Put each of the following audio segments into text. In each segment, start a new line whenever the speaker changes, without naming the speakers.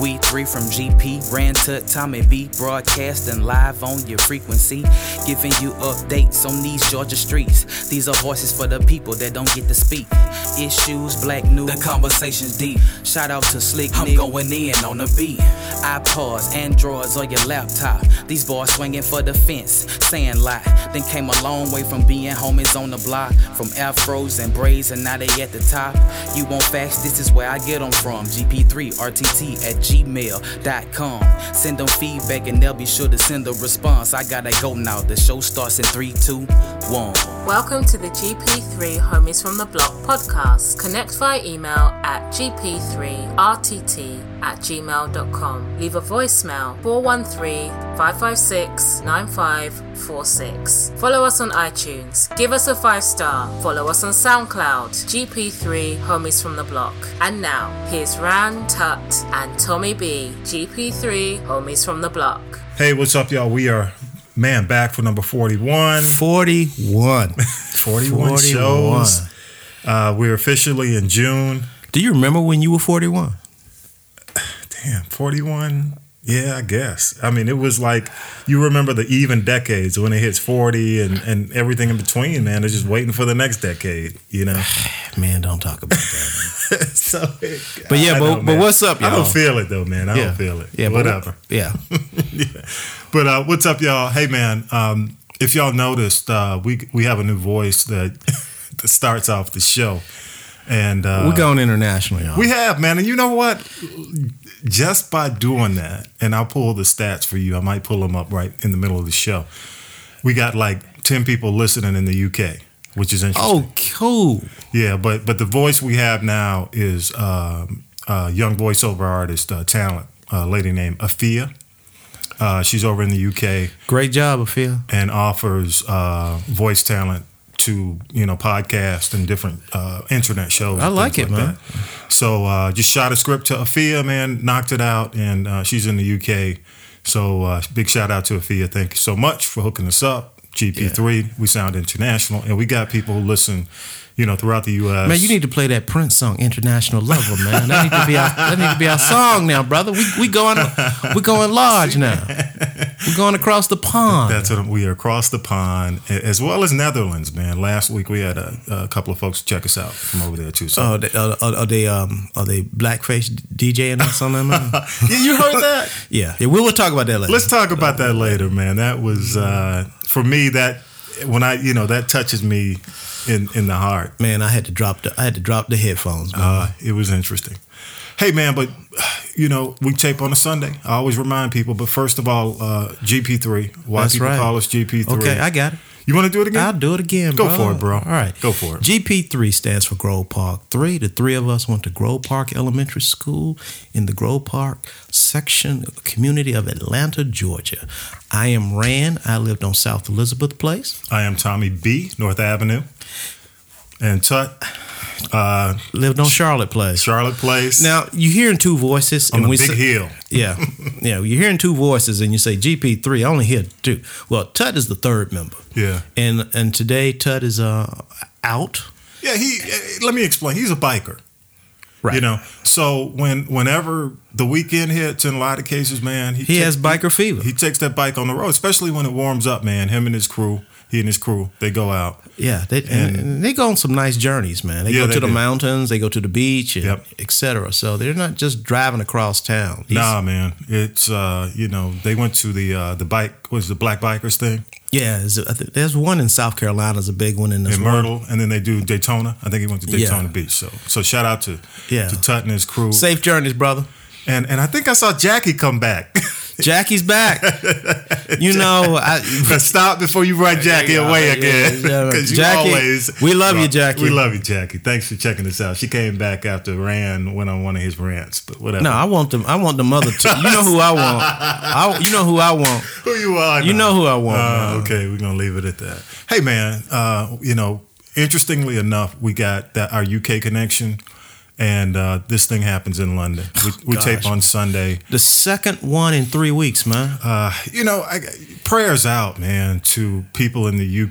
We three from GP ran to Tommy B, broadcasting live on your frequency, giving you updates on these Georgia streets. These are voices for the people that don't get to speak. Issues, black news, the conversation's deep. Shout out to Slick, I'm going in on the beat. iPods, Androids, or your laptop. These boys swinging for the fence, saying lie. Then came a long way from being homies on the block, from afros and braids, and now they at the top. You want facts? This is where I get them from. GP3RTT at gmail.com. Send them feedback and they'll be sure to send a response. I gotta go now. The show starts in three, two, one.
Welcome to the GP3 Homies from the Block podcast. Connect via email at gp3rtt at gmail.com. Leave a voicemail 413 556 9546. Follow us on iTunes. Give us a five star. Follow us on SoundCloud. GP3 Homies from the Block. And now, here's Ran Tut and Tommy B. GP3 Homies from the Block.
Hey, what's up, y'all? We are, man, back for number 41.
41.
41,
41.
shows. Uh, we're officially in June.
Do you remember when you were 41?
Damn, 41. Yeah, I guess. I mean, it was like you remember the even decades when it hits 40 and, and everything in between, man. They're just waiting for the next decade, you know?
Man, don't talk about that.
so, it-
But yeah,
I
but- but
man.
what's up,
I
y'all?
don't feel it, though, man. I don't feel it.
Yeah, but-
whatever.
yeah.
But uh, what's up, y'all? Hey, man. Um, if y'all noticed, uh, we we have a new voice that, that starts off the show, and uh,
We're going international, y'all.
we have man, and you know what? Just by doing that, and I'll pull the stats for you. I might pull them up right in the middle of the show. We got like ten people listening in the UK, which is interesting.
oh, cool.
Yeah, but but the voice we have now is um, a young voiceover artist, uh, talent, a lady named Afia. Uh, she's over in the UK
Great job, Afia.
and offers uh, voice talent to you know podcasts and different uh, internet shows. and
I like
things
it, man.
that. So uh, just shot a script to Afia, man, knocked it out, and uh, she's in the UK. So uh, big shout out to Afia. Thank you so much for hooking us up. GP3, we sound international, and we got people who listen, you know, throughout the U.S.
Man, you need to play that Prince song, International Lover, man. That need to be our that need to be our song now, brother. We we going we going large now. We're going across the pond.
That's what we are across the pond, a- as well as Netherlands, man. Last week we had a, a couple of folks check us out from over there too. So
Oh, they, are, are- are they um are they blackface DJing or something? man?
yeah, you heard that?
yeah, yeah. We will talk about that later.
Let's talk about that later, man. That was uh, for me. That when I, you know, that touches me in in the heart.
man, I had to drop the I had to drop the headphones. Man.
Uh, it was interesting. Hey, man, but you know, we tape on a Sunday. I always remind people. But first of all, uh, GP three. Why
That's
people
right.
call us GP three?
okay, I got it.
you want to do it again?
I'll do it again.
Go
bro.
for it, bro.
All right,
Go for it.
GP3 stands for Grove Park Three. The three of us went to Grove Park Elementary School in the Grove Park section of the community of Atlanta, Georgia. I am Rand. I lived on South Elizabeth Place.
I am Tommy B, North Avenue, and Tut, uh,
Lived on Charlotte Place.
Charlotte Place.
Now you're hearing two voices,
on
and
the
we
big
say-
hill.
yeah, yeah. You're hearing two voices, and you say GP3. I only hear two. Well, Tut is the third member,
Yeah,
and and today Tut is uh out.
yeah. He. eh, Let me explain. He's a biker.
Right.
You know, so when whenever the weekend hits, in a lot of cases, man,
he
ta-
has biker fever.
He takes that bike on the road, especially when it warms up, man. Him and his crew, he and his crew, they go out.
Yeah, they and, and they go on some nice journeys, man. They
Yeah,
go
they
to the
do.
mountains, they go to the beach, and
Yep.
et cetera. So they're not just driving across town. These-
nah, man, it's uh, you know, they went to the uh, the bike was the Black Bikers thing
Yeah, there's, I think there's one in South Carolina, is a big one in, this
in Myrtle, and then they do Daytona. I think he went to
Yeah.
Daytona Beach. So, so shout out to
Yeah.
to Tut and his crew,
Safe journeys, brother.
and and I think I saw Jackie come back.
Jackie's back. you know, I,
Stop before you run Jackie
Yeah,
away
yeah,
again.
yeah.
'Cause you
Jackie,
always-
we love you, Jackie.
We love you, Jackie. Thanks for checking us out. She came back after Rand went on one of his rants, but whatever.
no, I want them. I want the mother. T- you know who I want. I, you know who I want.
who you are.
You know who I want,
Uh,
man.
okay, we're gonna leave it at that. Hey, man. Uh, you know, interestingly enough, we got that our UK connection, and uh, this thing happens in London. We, we tape
Gosh.
on Sunday.
The second one in three weeks, man.
Uh, you know, I, prayers out, man, to people in the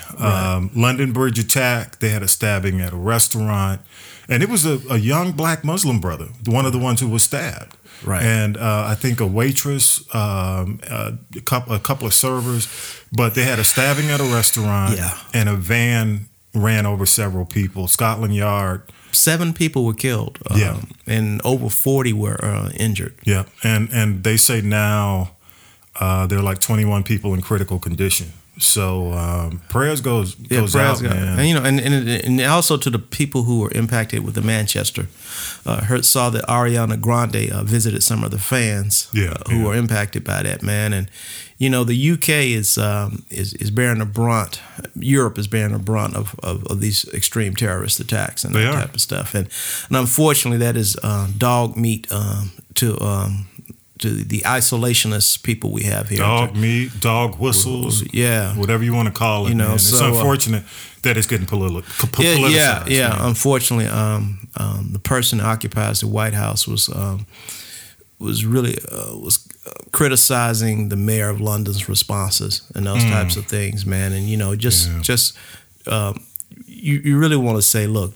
UK. Um, London Bridge attack. They had a stabbing at a restaurant, and it was a, a young black Muslim brother, one of the ones who was stabbed.
Right.
And uh, I think a waitress, um, a, couple, a couple of servers, but they had a stabbing at a restaurant.
Yeah.
And a van ran over several people. Scotland Yard.
Seven people were killed. um,
Yeah.
And over 40 were uh, injured.
Yeah. And and they say now uh, there are like 21 people in critical condition. So um, prayers goes
Yeah,
goes
prayers
out,
go-
man.
And you know, and, and and also to the people who were impacted with the Manchester. Uh, heard saw that Ariana Grande uh, visited some of the fans
Yeah,
uh, who
yeah.
were impacted by that man, and you know the UK is um, is is bearing the brunt. Europe is bearing the brunt of, of, of these extreme terrorist attacks and
They
that
are.
type of stuff, and and unfortunately that is uh, dog meat um, to. Um, to the isolationist people we have here,
Dog meat, dog whistles,
yeah,
whatever you want to call it.
You know,
man. it's
so, uh,
unfortunate that it's getting politi- po-
yeah,
politicized.
yeah, yeah.
man.
Unfortunately, um, um, the person that occupies the White House was um, was really uh, was uh, criticizing the mayor of London's responses and those types of things, man. And you know, just
Mm. Yeah.
just um, you you really want to say, look,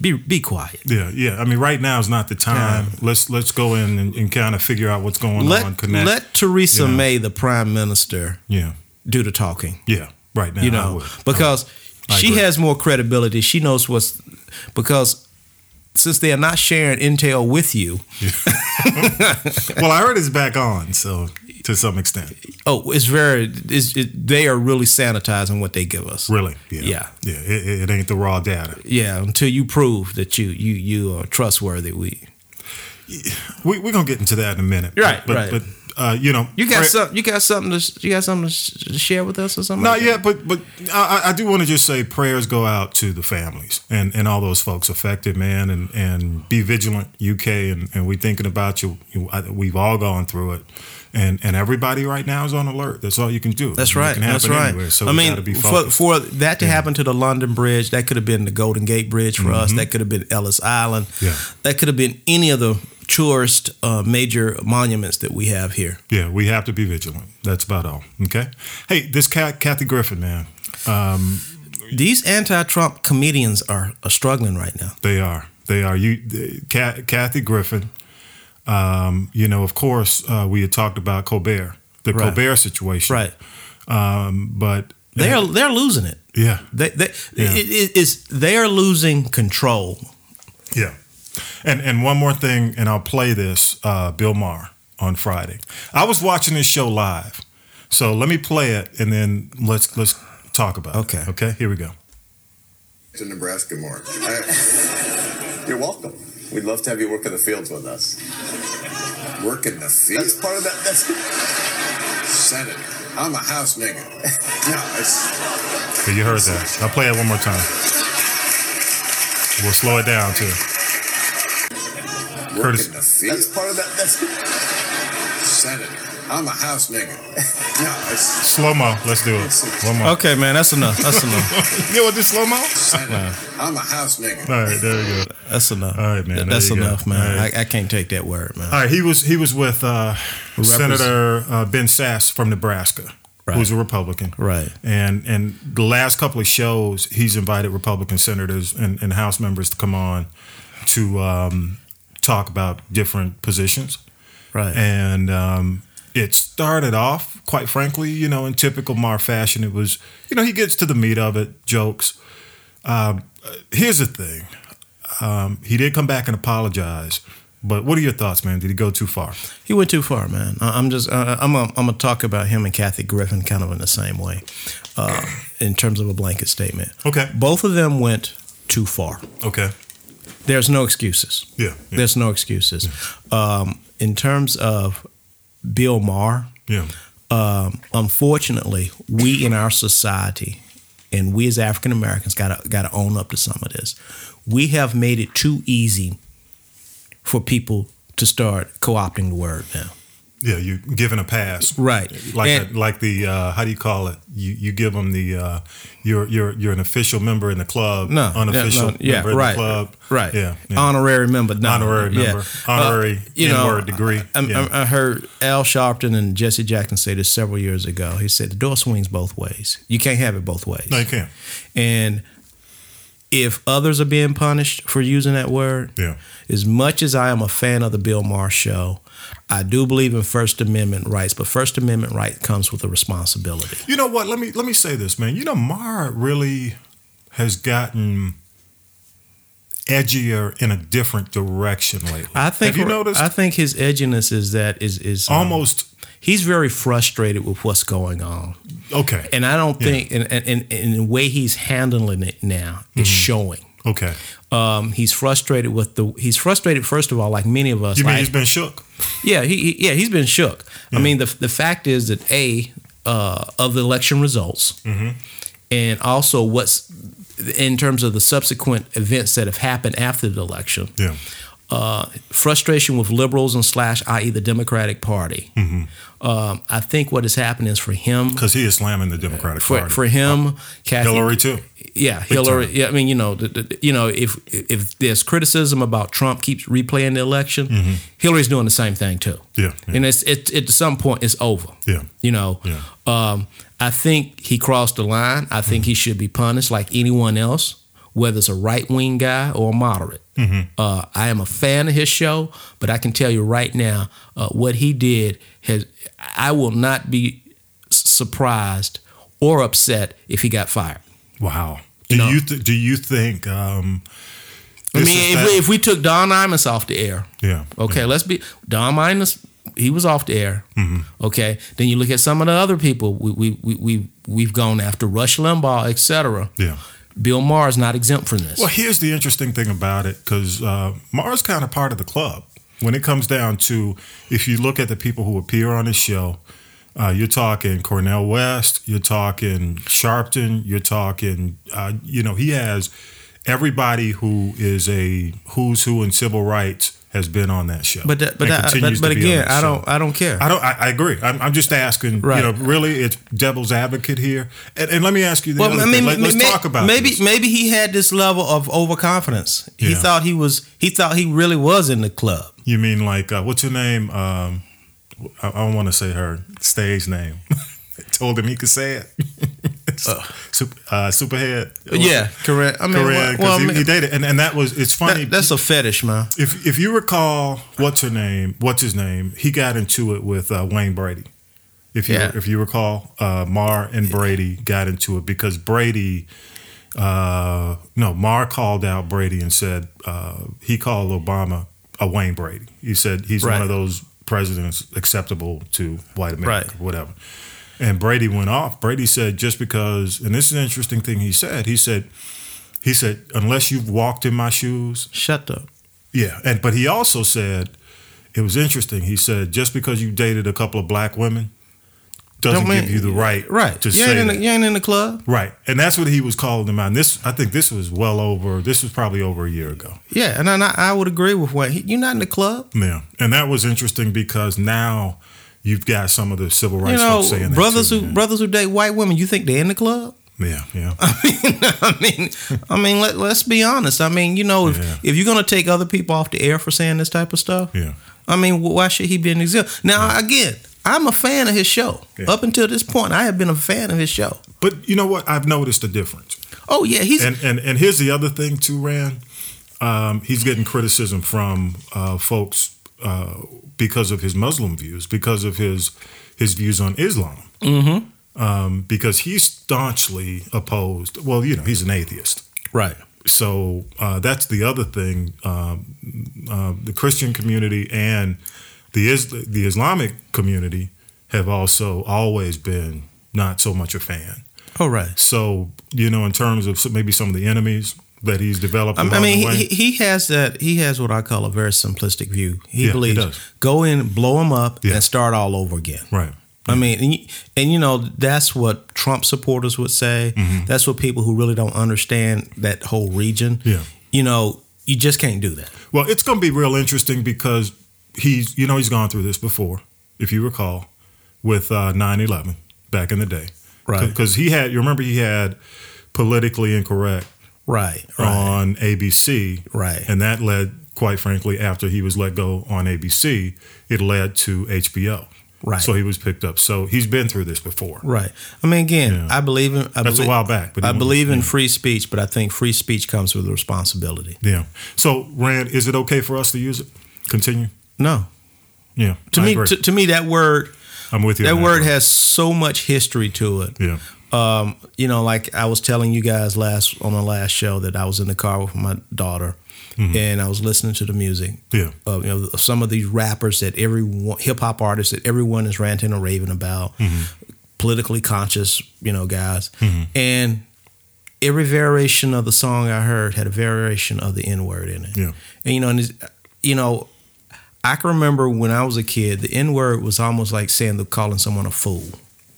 be be quiet.
Yeah, yeah. I mean, right now is not the time.
Time.
Let's let's go in and, and kind of figure out what's going on.
Let
Connect.
let Theresa
you know.
May, the prime minister,
yeah,
do the talking.
yeah. Right now,
you
I
know
would.
because
I
she
agree.
has more credibility she knows what's because since they are not sharing intel with you
well, I heard it's back on, so to some extent,
oh it's very it's, it, they are really sanitizing what they give us
really.
Yeah.
yeah. It, it- it ain't the raw data.
yeah until you prove that you you you are trustworthy we
We we're gonna get into that in a minute.
Right,
but
right.
but uh, you know,
you got
pra-
some you got something to sh- you got something to sh- to share with us or something
Not
like
yet, but but I, I I do want to just say prayers go out to the families and, and all those folks affected, man, and, and be vigilant, UK, and, and we thinking about you. you I, we've all gone through it, and and everybody right now is on alert. That's all you can do.
That's
It
right.
can
That's
happen
right.
anywhere, so
I
we
mean,
gotta be
for,
focused.
for that to happen to the London Bridge, that could have been the Golden Gate Bridge for us. That could have been Ellis Island.
Yeah.
That could have been any of the tourist uh, major monuments that we have here.
yeah, we have to be vigilant. That's about all. Okay. Hey, this cat, Kathy Griffin, man,
These anti-Trump comedians are, are struggling right now.
They are. They are. You, the- Ca- Kathy Griffin. Um, you know, of course, uh, we had talked about Colbert, the
Right.
Colbert situation,
Right.
Um, but
They're they're losing it.
yeah,
They they
Yeah.
it, it, it's they are losing control.
yeah. And and one more thing, and I'll play this uh, Bill Maher on Friday. I was watching this show live, so let me play it, and then let's let's talk about
Okay.
it. Okay. Here we go.
to Nebraska more. I- you're welcome. We'd love to have you work in the fields with us. Work in the fields? That's part of that. That's senator. I'm a house nigga. No, it's
Okay, you heard that. I'll play it one more time. We'll slow it down too.
work
Curtis.
in the fields. That's part of that. That's senator. I'm a house nigga. No, it's
Slow mo. Let's do it. One more.
Okay, man, that's enough. That's enough.
You know what this slow mo?
senator. I'm a house nigga.
All right, there we go.
That's enough.
All right, man, there
That's
you go.
enough, man.
All right.
I, I can't take that word, man.
All right, he was he was with uh,
Represent-
Senator uh, Ben Sass from Nebraska,
Right.
who's a Republican,
Right.
And and the last couple of shows, he's invited Republican senators and, and House members to come on to um, talk about different positions.
Right.
And um, it started off, quite frankly, you know, in typical Mar fashion. It was, you know, he gets to the meat of it, jokes. Um, uh, here's the thing um, he did come back and apologize. But what are your thoughts, man? Did he go too far?
He went too far, man. I- I'm just uh, I'm a, I'm gonna talk about him and Kathy Griffin kind of in the same way, uh, in terms of a blanket statement.
Okay.
Both of them went too far.
Okay.
There's no excuses.
Yeah. Yeah.
There's no excuses. Um, in terms of Bill Maher,
yeah.
um, unfortunately, we in our society and we as African Americans gotta gotta own up to some of this. We have made it too easy for people to start co-opting the word now.
Yeah, you given a pass,
Right.
Like
And-
the, like the uh, how do you call it? You you give them the uh, you're you're you're an official member in the club,
no,
unofficial,
yeah, no, yeah,
member in
right,
the club,
right,
Yeah, yeah.
honorary member, no,
Honorary
yeah. Uh,
member. Honorary N-word degree,
I, I'm-
yeah.
I'm- I heard Al Sharpton and Jesse Jackson say this several years ago. He said the door swings both ways. You can't have it both ways.
No, you can't.
and if others are being punished for using that word,
Yeah.
as much as I am a fan of the Bill Maher show, I do believe in First Amendment rights, but First Amendment right comes with a responsibility.
You know what? Let me let me say this, man. You know, Mara really has gotten edgier in a different direction lately.
I
Have
think
you noticed?
I think his edginess is that is is um,
Almost
he's very frustrated with what's going on,
okay.
and I don't
Yeah.
think and and, and and the way he's handling it now is
Mm-hmm.
showing.
okay.
Um, he's frustrated with the he's frustrated first of all, like many of us.
You mean
like-
he's been shook?
Yeah, he, he yeah he's been shook.
Mm-hmm.
I mean the the fact is that a uh, of the election results,
Mm-hmm.
and also what's in terms of the subsequent events that have happened after the election.
Yeah.
Uh, frustration with liberals and slash, i.e., the Democratic Party.
Mm-hmm.
Um, I think what has happened is for him,
Because he is slamming the Democratic
Uh, for,
Party. Uh,
for him, Kathy,
Hillary too.
yeah, Hillary.
time.
Yeah, I mean, you know, the, the- you know, if if there's criticism about Trump keeps replaying the election, Hillary's doing the same thing too.
Mm-hmm. Yeah, yeah.
and it's it, it at some point it's over.
Yeah.
you know.
Yeah.
Um, I think he crossed the line. I
Mm-hmm.
think he should be punished like anyone else, whether it's a right wing guy or a moderate.
Mm-hmm.
Uh, I am a fan of his show, but I can tell you right now, uh, what he did has I will not be s- surprised or upset if he got fired.
Wow. Do you,
know-
th- do you think? Um,
I
this
mean,
is
if we,
that- Mm-hmm.
if we took Don Imus off the air,
yeah.
okay, let's be Don Imus. He was off the air.
Mm-hmm.
Okay, then you look at some of the other people we we we, we we've gone after Rush Limbaugh, etc.
Yeah.
Bill Maher is not exempt from this.
Well, here's the interesting thing about it because uh, Mara's kind of part of the club. When it comes down to if you look at the people who appear on this show, uh, you're talking Cornell West, you're talking Sharpton, you're talking, uh, you know, he has everybody who is a who's who in civil rights has been on that show.
But that, uh, but
and
that,
continues
but, but
to be on
again,
that
I
show.
don't I don't care.
I don't. I, I agree. I'm, I'm just asking.
Right.
You know, really, it's devil's advocate here. And, and let me ask you. The
well,
other
I mean,
thing. Let, us
may-
talk about
maybe
this.
maybe he had this level of overconfidence. He
Yeah.
thought he was he thought he really was in the club.
You mean like uh, what's her name? Um, I, I don't want to say her stage name. Told him he could say it. Super, uh, Superhead.
Yeah, correct. I mean,
Correct.
well,
'cause
I
he,
mean,
he dated, and, and that was it's
that-
funny.
that's a fetish, man.
if if you recall, what's her name? What's his name? He got into it with uh, Wayne Brady. If you
Yeah.
if you recall, uh, Mar and Brady got into it because Brady, uh, no, Mar called out Brady and said uh, he called Obama a Wayne Brady. He said he's
Right.
one of those presidents acceptable to white America,
Right.
whatever. And Brady went off. Brady said just because, and this is an interesting thing he said. He said, he said, unless you've walked in my shoes,
Shut up.
yeah, and but he also said it was interesting. He said just because you dated a couple of black women doesn't
Don't mean-
give you the right
Right.
to
you,
say
ain't in the,
that.
you ain't in the club.
right. And that's what he was calling them out. And this I think this was well over. This was probably over a year ago.
Yeah, and I, and I- I would agree with what he, you're not in the club.
Yeah, and that was interesting because now you've got some of the civil rights
you know,
folks saying
brothers
that too,
who
man.
brothers who date white women, you think they're in the club?
yeah, yeah.
I mean, I mean, let, let's be honest. I mean, you know, if,
Yeah.
if you're gonna take other people off the air for saying this type of stuff,
Yeah.
I mean, wh- why should he be an example? Now, again, I'm a fan of his show.
Yeah.
Up until this point, I have been a fan of his show.
But you know what? I've noticed a difference.
Oh yeah, he's
and and and here's the other thing too, Rand. Um, he's getting criticism from uh, folks uh, because of his Muslim views, because of his his views on Islam, mm-hmm. um, because he's staunchly opposed. Well, you know, he's an atheist.
right.
So uh, that's the other thing. Um, uh, the Christian community and the is- the Islamic community have also always been not so much a fan.
All right.
So you know, in terms of some- maybe some of the enemies that he's developed,
I
along
I mean,
the way,
he, he he has that. He has what I call a very simplistic view. He
Yeah, he
believes
does.
go in, blow him up,
Yeah.
and start all over again.
right?
I mean, and you, and you know, that's what Trump supporters would say.
Mm-hmm.
That's what people who really don't understand that whole region.
Yeah.
You know, you just can't do that.
Well, it's going to be real interesting because he's you know he's gone through this before, if you recall, with uh, 9-11 back in the day,
Right.
Because he had you remember he had politically incorrect
Right. Right.
on ABC,
Right.
and that led, quite frankly, after he was let go on ABC, it led to HBO.
Right.
So he was picked up. So he's been through this before.
Right. I mean, again,
Yeah.
I believe in. I
That's a
belie-
while back, but
I
it-
believe in
yeah.
free speech, but I think free speech comes with responsibility.
Yeah. So Rand, is it okay for us to use it? Continue.
No,
Yeah.
to
I
me,
agree.
to, to me, that word,
I'm with you.
that
on
word
bro.
has so much history to it.
Yeah.
um, you know, like I was telling you guys last on the last show that I was in the car with my daughter, and I was listening to the music.
Yeah.
Of, uh, you know, some of these rappers that everyone, hip hop artists that everyone is ranting or raving about,
Mm-hmm.
politically conscious, you know, guys, and every variation of the song I heard had a variation of the N word in it.
Yeah.
And you know, and it's, you know, I can remember when I was a kid, the N word was almost like saying the calling someone a fool.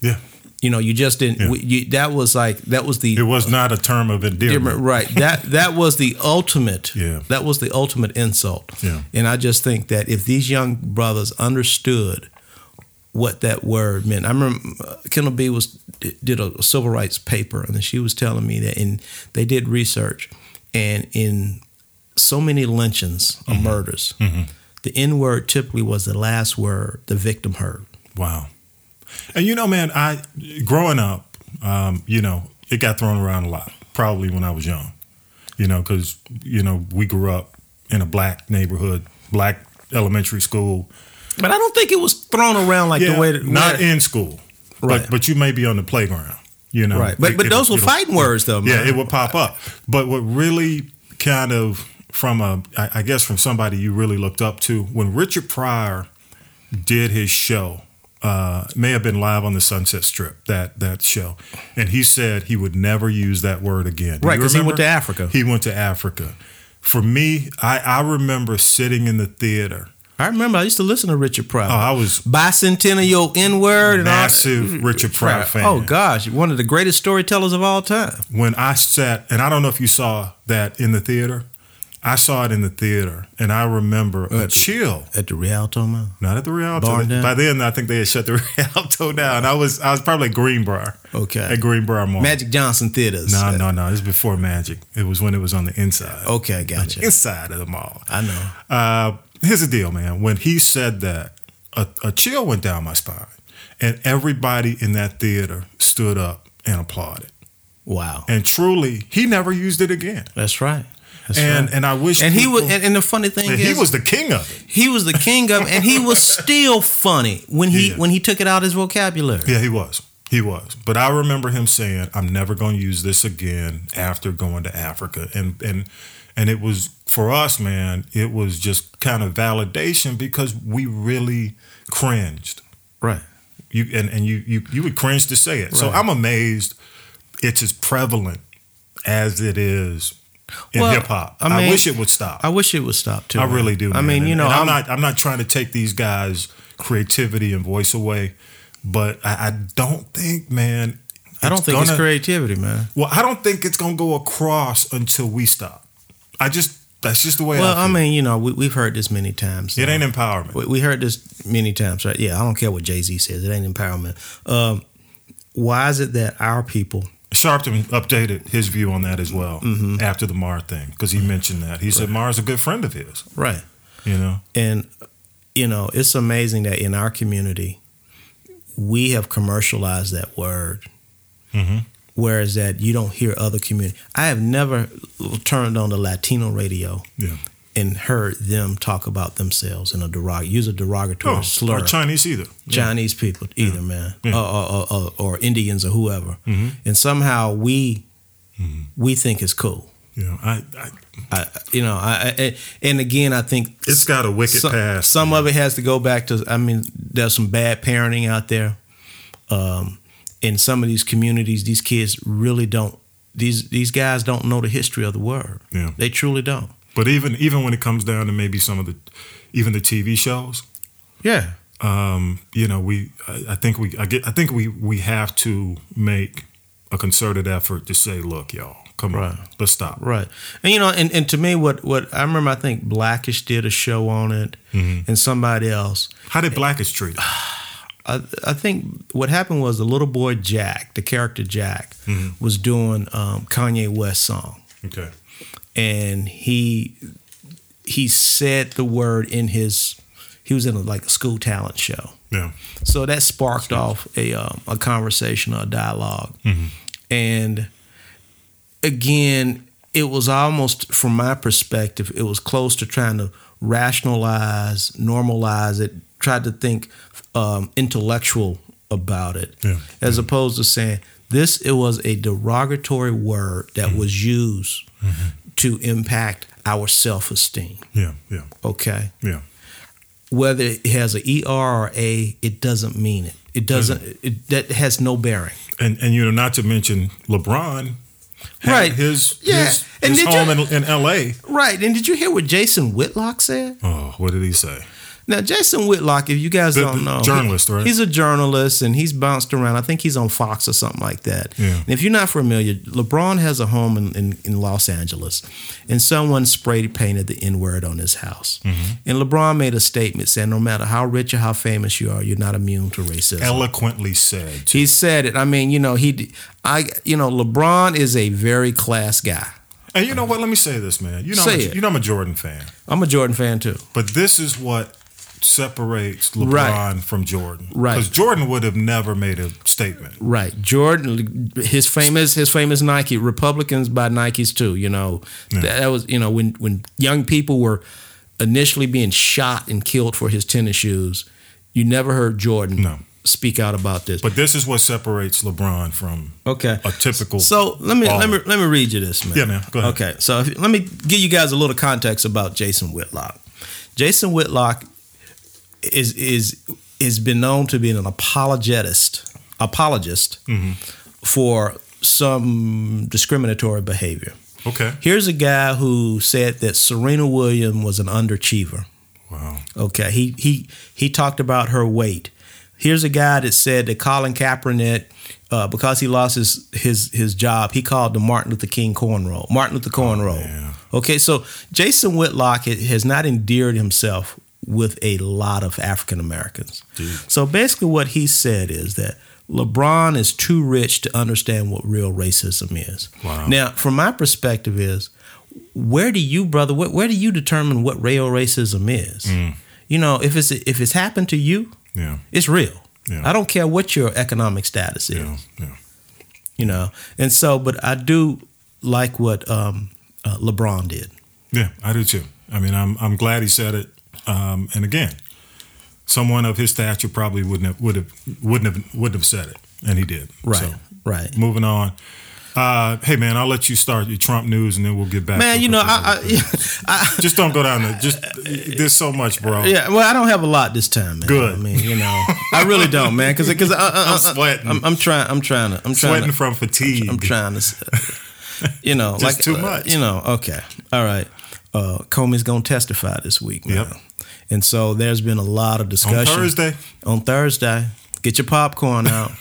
Yeah.
You know, you just didn't.
Yeah.
we- You, that was like that was the
It was not a term of endearment.
right. That that was the ultimate.
Yeah.
That was the ultimate insult.
Yeah.
And I just think that if these young brothers understood what that word meant, I remember uh, Kendall B was did a, civil rights paper, and she was telling me that in they did research, and in so many lynchings or murders, the N word typically was the last word the victim heard.
Wow. And you know, man, I growing up, um, you know, it got thrown around a lot. Probably when I was young, you know, because you know we grew up in a black neighborhood, black elementary school.
But I don't think it was thrown around like the way that
not in school,
Right.
But, but you may be on the playground, you know.
Right. But- but those were
it'll-
fighting words, though,
Yeah,
man.
it would pop up. But what really kind of from a, I I guess from somebody you really looked up to when Richard Pryor did his show. Uh, may have been live on the Sunset Strip that that show, and he said he would never use that word again. Do
Right,
you
'cause he went
remember?
to Africa.
He went to Africa. For me, I, I remember sitting in the theater.
I remember I used to listen to Richard Pryor.
Oh, I was
Bicentennial N word and all-
massive Richard Pryor fan.
Oh gosh, one of the greatest storytellers of all time.
when I sat, and I don't know if you saw that in the theater. I saw it in the theater, and I remember a
At-
chill.
At the Rialto Mall.
Not at the
Barn
Rialto.
down?
By then, I think they had shut the Rialto down. I was I was probably at Greenbrier.
Okay.
At Greenbrier Mall.
Magic Johnson Theaters.
No, no, no. This is before Magic. It was when it was on the inside.
Okay, gotcha.
Inside of the mall.
I know.
Uh, here's the deal, man. When he said that, a, a chill went down my spine, and everybody in that theater stood up and applauded.
Wow.
And truly, he never used it again.
That's right. That's
and
right.
and I wish
and he
people-
was and, and the funny thing
and
is
he was the king of it.
he was the king of and he was still funny when he
Yeah.
when he took it out of his vocabulary.
Yeah, he was. He was. But I remember him saying, "I'm never going to use this again." After going to Africa, and and and it was for us, man. It was just kind of validation because we really cringed.
Right.
You and and you you you would cringe to say it. So
Right.
I'm amazed it's as prevalent as it is in
Well,
hip hop.
I
I,
mean,
wish it would stop.
I wish it would stop too.
I
man.
really do.
I
man.
mean, you
And-
know,
and I'm,
I'm-
not. I'm not trying to take these guys' creativity and voice away, but I, I don't think, man.
I don't think it's
gonna-
creativity, man.
Well, I don't think it's gonna go across until we stop. I just. That's just the way.
Well, I
feel.
mean, you know, we, we've heard this many times.
it
now.
ain't empowerment.
We, we heard this many times, right? Yeah, I don't care what Jay Z says. It ain't empowerment. Um, why is it that our people?
Sharpton updated his view on that as well
Mm-hmm.
after the Mar thing because he mentioned that. He said Mar's a good friend of his.
Right.
You know.
And, you know, it's amazing that in our community, we have commercialized that word.
Mhm.
Whereas that you don't hear other community. I have never turned on the Latino radio
Yeah.
and heard them talk about themselves in a derog use a derogatory
Oh,
slur.
or Chinese either.
Chinese people either, man,
Yeah. Mm-hmm.
Or, or, or, or Indians or whoever, and somehow we we think it's cool.
You know, I, I
I, you know, I, I and again, I think
it's got a wicked
some,
past.
some of it has to go back to. I mean, there's some bad parenting out there. Um, in some of these communities, these kids really don't. These these guys don't know the history of the word.
Yeah.
They truly don't.
But even even when it comes down to maybe some of the even the TV shows,
Yeah.
um, you know, we I, I think we I get I think we we have to make a concerted effort to say, look, y'all, come on,
Right.
let's stop.
Right. And you know, and, and to me what what I remember I think Blackish did a show on it
Mm-hmm.
and somebody else.
How did Blackish treat it?
I, I think what happened was the little boy Jack, the character Jack, was doing um, Kanye West song,
Okay,
and he he said the word in his He was in a, like a school talent show.
Yeah.
So that sparked off a um, a conversation or a dialog and again, it was almost from my perspective, it was close to trying to rationalize, normalize it, tried to think um, intellectual about it,
Yeah.
as opposed to saying this. It was a derogatory word that was used to impact our self esteem.
Yeah. Yeah.
Okay,
Yeah.
whether it has a er or a, it doesn't mean it. It doesn't. It, that has no bearing.
And and you know, not to mention LeBron. Had
Right.
His
Yeah.
his,
And
his
did you-
home in, in L.A.
Right. And did you hear what Jason Whitlock said?
Oh, what did he say?
Now, Jason Whitlock, if you guys
The-
don't
the
know,
journalist, right?
He's a journalist and he's bounced around. I think he's on Fox or something like that.
Yeah.
And if you're not familiar, LeBron has a home in, in, in Los Angeles and someone spray painted the N word on his house. And LeBron made a statement saying, no matter how rich or how famous you are, you're not immune to racism.
Eloquently said.
he said it. I mean, you know, he, I, you know, LeBron is a very class guy.
And you know what? Let me say this, man. You know, I'm
Say
a-
it.
you know, I'm a Jordan fan.
I'm a Jordan fan too.
But this is what separates LeBron
Right.
from Jordan.
Right.
Because Jordan would have never made a statement.
Right, Jordan, his famous his famous Nike Republicans by Nikes too. You know
Yeah.
that, that was you know when when young people were initially being shot and killed for his tennis shoes, you never heard Jordan
No.
speak out about this.
But this is what separates LeBron from
okay,
a typical.
so let me let me
baller.
let me read you this, man.
Yeah, man. Go ahead.
Okay, so if, let me give you guys a little context about Jason Whitlock. Jason Whitlock is is is been known to be an apologetist, apologist
Mm-hmm.
for some discriminatory behavior.
Okay.
Here's a guy who said that Serena Williams was an underachiever.
Wow.
Okay, he he he talked about her weight. Here's a guy that said that Colin Kaepernick, uh, because he lost his his his job, he called the Martin Luther King cornrow. Martin Luther cornrow.
man.
okay, so Jason Whitlock ha- has not endeared himself with a lot of African Americans. So basically, what he said is that LeBron is too rich to understand what real racism is.
Wow.
Now, from my perspective, is where do you, brother? Where, where do you determine what real racism is?
Mm.
You know, if it's if it's happened to you,
Yeah.
it's real.
Yeah.
I don't care what your economic status is.
Yeah. Yeah.
You know, and so, but I do like what um, uh, LeBron did.
Yeah. I do too. I mean, I'm I'm glad he said it. Um, and again, someone of his stature probably wouldn't have, would have wouldn't have wouldn't have said it, and he did.
Right.
So,
Right.
moving on. Uh, hey man, I'll let you start your Trump news, and then we'll get back.
Man,
to
you know, I,
Christopher.
I, I
just don't go down there. Just there's so much, bro.
yeah. Well, I don't have a lot this time, man.
Good.
I mean, you know, I really don't, man, because because
I'm sweating.
uh, I'm, I'm trying. I'm trying to. I'm trying.
Sweating
To,
from fatigue.
I'm trying to, s- you know,
Just
like
too
uh,
much.
you know, okay, all right. Uh, Comey's gonna testify this week, man.
Yep.
And so there's been a lot of
On
discussion
Thursday.
On Thursday, get your popcorn out.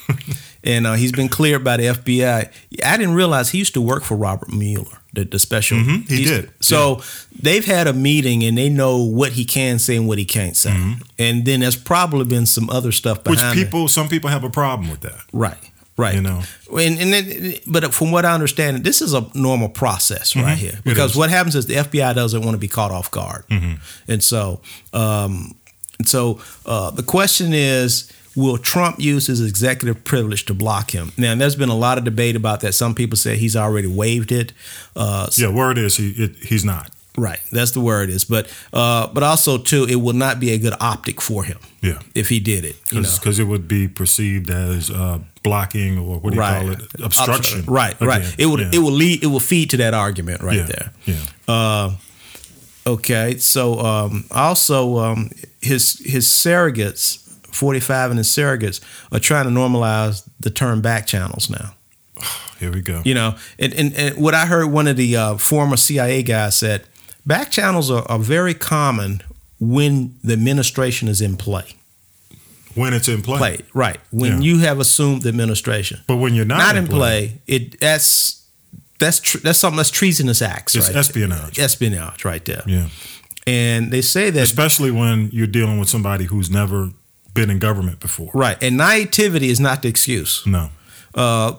and uh, he's been cleared by the FBI. I didn't realize he used to work for Robert Mueller, the, the special.
Mhm, he
he's-
did,
So they've had a meeting and they know what he can say and what he can't say. And then there's probably been some other stuff
Mm-hmm. Which
behind it.
people, some people have a problem with that.
Right. Right.
You know.
And, and then, but from what I understand, this is a normal process right here because
Mm-hmm. is. Mm-hmm.
what happens is the FBI doesn't want to be caught off guard, and so, um, and so uh, the question is. Will Trump use his executive privilege to block him? Now, there's been a lot of debate about that. Some people say he's already waived it. Uh,
Yeah, word is he it, he's not.
Right, that's the word is. But uh, but also too, it will not be a good optic for him
Yeah,
if he did it. You know?
because it would be perceived as uh, blocking or what do you call it, obstruction.
Obstru- Right, right.
Again,
It would
yeah.
it will lead it will feed to that argument right
yeah.
there.
Yeah,
Uh, Okay, so um, also um, his his surrogates, forty five and his surrogates are trying to normalize the term back channels now.
here we go.
You know, and and, and what I heard one of the uh, former CIA guys said, back channels are, are very common when the administration is in play.
When it's in play,
Play right when
Yeah.
you have assumed the administration.
but when you're not,
not, in play, it that's that's tr- that's something that's treasonous acts.
it's
right
espionage.
there. espionage, right there.
Yeah,
And they say that
especially when you're dealing with somebody who's never been in government before.
right, and naivety is not the excuse.
No,
Uh,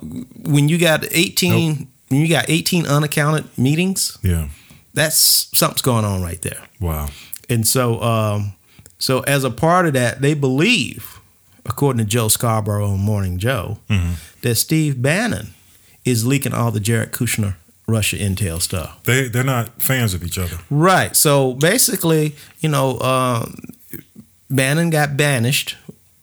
when you got eighteen, when you got eighteen unaccounted meetings,
yeah,
that's something's going on right there.
wow,
And so, um, So as a part of that, they believe, according to Joe Scarborough on Morning Joe,
Mm-hmm.
that Steve Bannon is leaking all the Jared Kushner Russia intel stuff.
They they're not fans of each other.
Right. So basically, you know, um, Bannon got banished.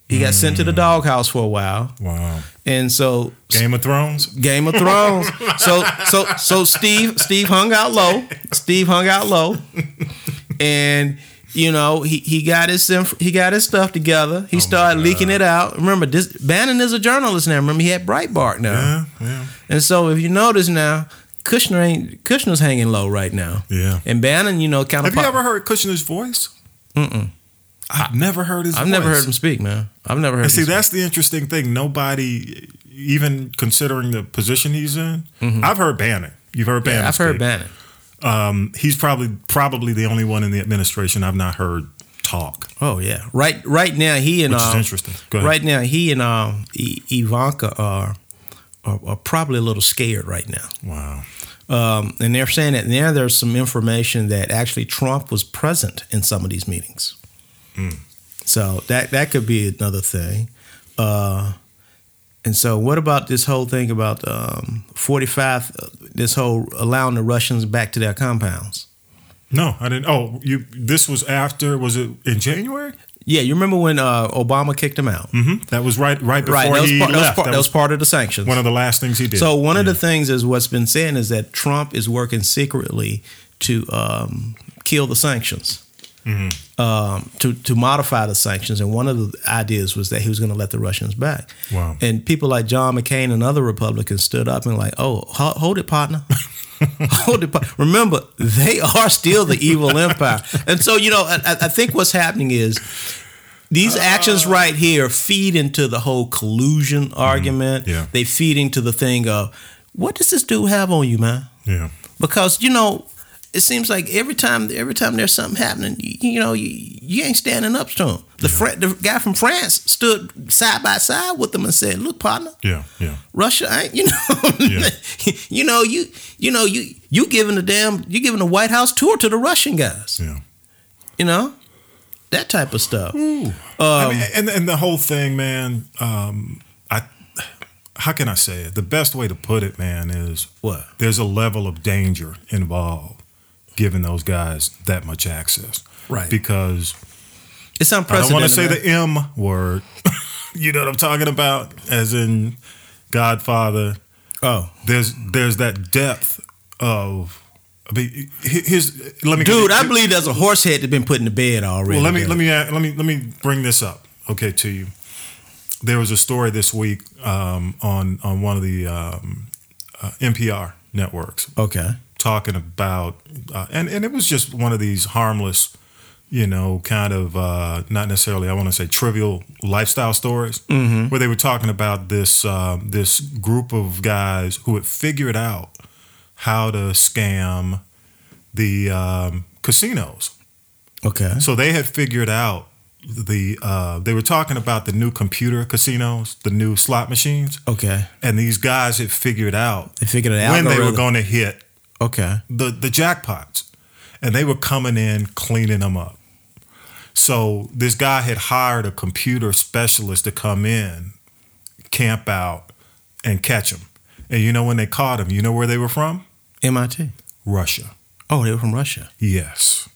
He got sent
Mm.
to the doghouse for a while,
Wow.
and so
Game of Thrones.
Game of Thrones. so so so Steve Steve hung out low. Steve hung out low, and you know he, he got his inf- he got his stuff together.
Oh
He started leaking it out. Remember, this Bannon is a journalist now. Remember, he had Breitbart now,
Yeah, yeah,
and so if you notice now, Kushner ain't Kushner's hanging low right now,
yeah.
and Bannon, you know, kind of.
Have you ever heard Kushner's voice?
Mm-mm.
I've never heard his.
I've
voice.
never heard him speak, man. I've never heard.
And see,
him
that's the interesting thing. Nobody, even considering the position he's in, I've heard Bannon. You've heard
speak.
Bannon.
Mm-hmm. Yeah, I've heard
speak.
Bannon.
Um, he's probably probably the only one in the administration I've not heard talk,
Oh yeah, right. Right now, he and
which is
um,
interesting. Go ahead.
right now he and um, I- Ivanka are, are are probably a little scared right now.
Wow.
Um, and they're saying that now there's some information that actually Trump was present in some of these meetings.
Mm.
So that that could be another thing. Uh, and so, what about this whole thing about um, 45? uh, This whole allowing the Russians back to their compounds.
No, I didn't. Oh, you. This was after. Was it in January?
Yeah, you remember when uh, Obama kicked them out?
Mm-hmm. That was right. Right before
Right. That was,
he
part, that, was
left.
part, that was part of the sanctions.
one of the last things he did.
So one of
Yeah.
the things is what's been saying is that Trump is working secretly to um, kill the sanctions,
Mhm.
um, to to modify the sanctions. And one of the ideas was that he was going to let the Russians back.
Wow.
And people like John McCain and other Republicans stood up and like, oh, ho- hold it, partner. Hold it. par- Remember, they are still the evil empire. And so, you know, I, I I think what's happening is these actions right here feed into the whole collusion argument.
yeah.
They feed into the thing of what does this dude have on you, man?
Yeah.
Because you know, it seems like every time every time there's something happening, you, you know, you, you ain't standing up to him. The Fran- the guy from France stood side by side with him and said, "Look, partner,
Yeah. Yeah.
Russia ain't you know
Yeah.
you know you you know you you giving the damn you giving the White House tour to the Russian guys
Yeah.
you know that type of stuff
I mean, and and the whole thing, man. Um, I how can I say it? The best way to put it, man, is
what
there's a level of danger involved giving those guys that much access,
Right.
Because
it's
I don't
unprecedented
want to say
man.
the M word. you know what I'm talking about, as in Godfather.
oh
There's there's that depth of. I mean, he- here's let me
dude I believe there's a horse head that's been put in the bed already
Well, let me
dude.
let me add- let me let me bring this up, okay, to you. There was a story this week um, on on one of the um, uh, NPR networks
okay
talking about, uh, and and it was just one of these harmless, you know, kind of uh, not necessarily I want to say trivial lifestyle stories, where they were talking about this uh, this group of guys who had figured out how to scam the um, casinos.
okay
So they had figured out the uh, they were talking about the new computer casinos, the new slot machines,
okay
and these guys had figured out
they figured it out
when they were going to hit
okay
the the jackpots, and they were coming in cleaning them up. So this guy had hired a computer specialist to come in, camp out, and catch them. And you know when they caught him, you know where they were from?
MIT
Russia.
oh they were from Russia
Yes,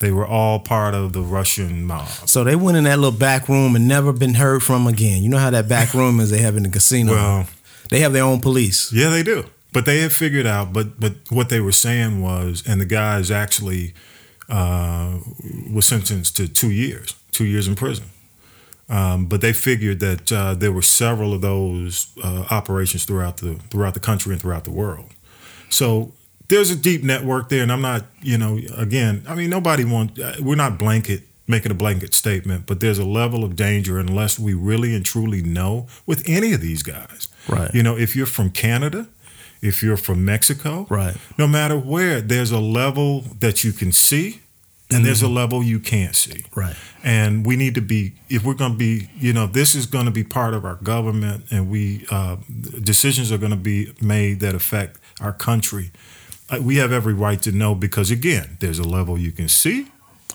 they were all part of the Russian mob.
so they went in that little back room and never been heard from again you know how that back room is they have in the casino
Well.
they have their own police
Yeah, they do. But they had figured out. But but what they were saying was, and the guys actually uh, was sentenced to two years, two years in prison. Um, but they figured that uh, there were several of those uh, operations throughout the throughout the country and throughout the world. So there's a deep network there, and I'm not, you know, again, I mean, nobody wants. We're not blanket making a blanket statement, but there's a level of danger unless we really and truly know with any of these guys.
Right.
You know, if you're from Canada, if you're from Mexico,
Right.
No matter where, there's a level that you can see, and there's a level you can't see
right
and we need to be if we're going to be you know this is going to be part of our government and we uh, decisions are going to be made that affect our country Uh, we have every right to know because again there's a level you can see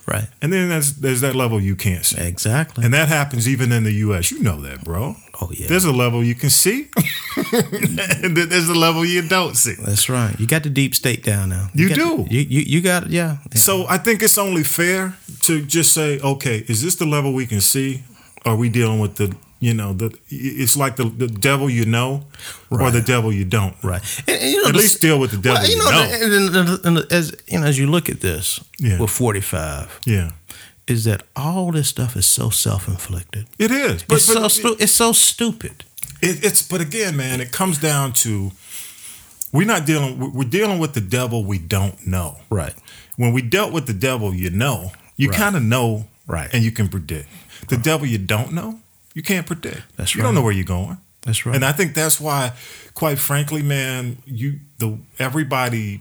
Right.
And then there's, there's that level you can't see.
Exactly.
And that happens even in the U.S. You know that, bro.
oh yeah.
There's a level you can see, and then there's a level you don't see.
That's right. You got the deep state down now.
You
got-
do.
you, you you got yeah.
So I think it's only fair to just say, okay, is this the level we can see? Are we dealing with the, you know, the? It's like the, the devil you know, or the
Right.
devil you don't.
Right. And- and you know,
At
the-
least deal with the devil.
Well, you know,
no.
and- and- and- and as you know, as you look at this
Yeah.
with forty five,
Yeah,
is that all this stuff is so self inflicted.
it is. But,
It's
but
so stu- it's so stupid.
it, it's but again, man, it comes down to we're not dealing. we're- We're dealing with the devil we don't know.
Right.
When we dealt with the devil, you know, you
Right.
kind of know,
Right.
and you can predict. The devil you don't know, you can't predict.
That's
You don't
right.
know where you're going.
That's right.
And I think that's why, quite frankly, man, you the everybody,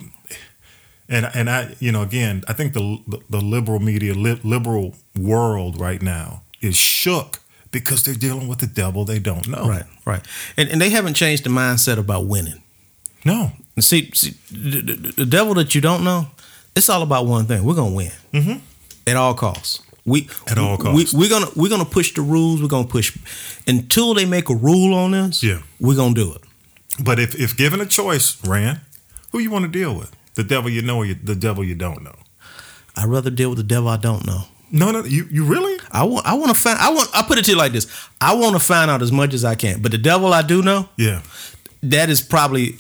and and I, you know, again, I think the the, liberal media, li- liberal world right now is shook because they're dealing with the devil they don't know.
Right. Right. And and they haven't changed the mindset about winning.
No.
And see, see the, the, the devil that you don't know, it's all about one thing. We're gonna win at all costs. We
Mm-hmm. At all
we-
costs.
We, are gonna we're gonna push the rules. We're gonna push until they make a rule on this.
Yeah.
we're gonna do it.
But if if given a choice, Rand, who you want to deal with? The devil you know or you, the devil you don't know?
I'd rather deal with the devil I don't know.
No, no, you you really?
I want I want to find I want I put it to you like this. I want to find out as much as I can. But the devil I do know,
Yeah.
that is probably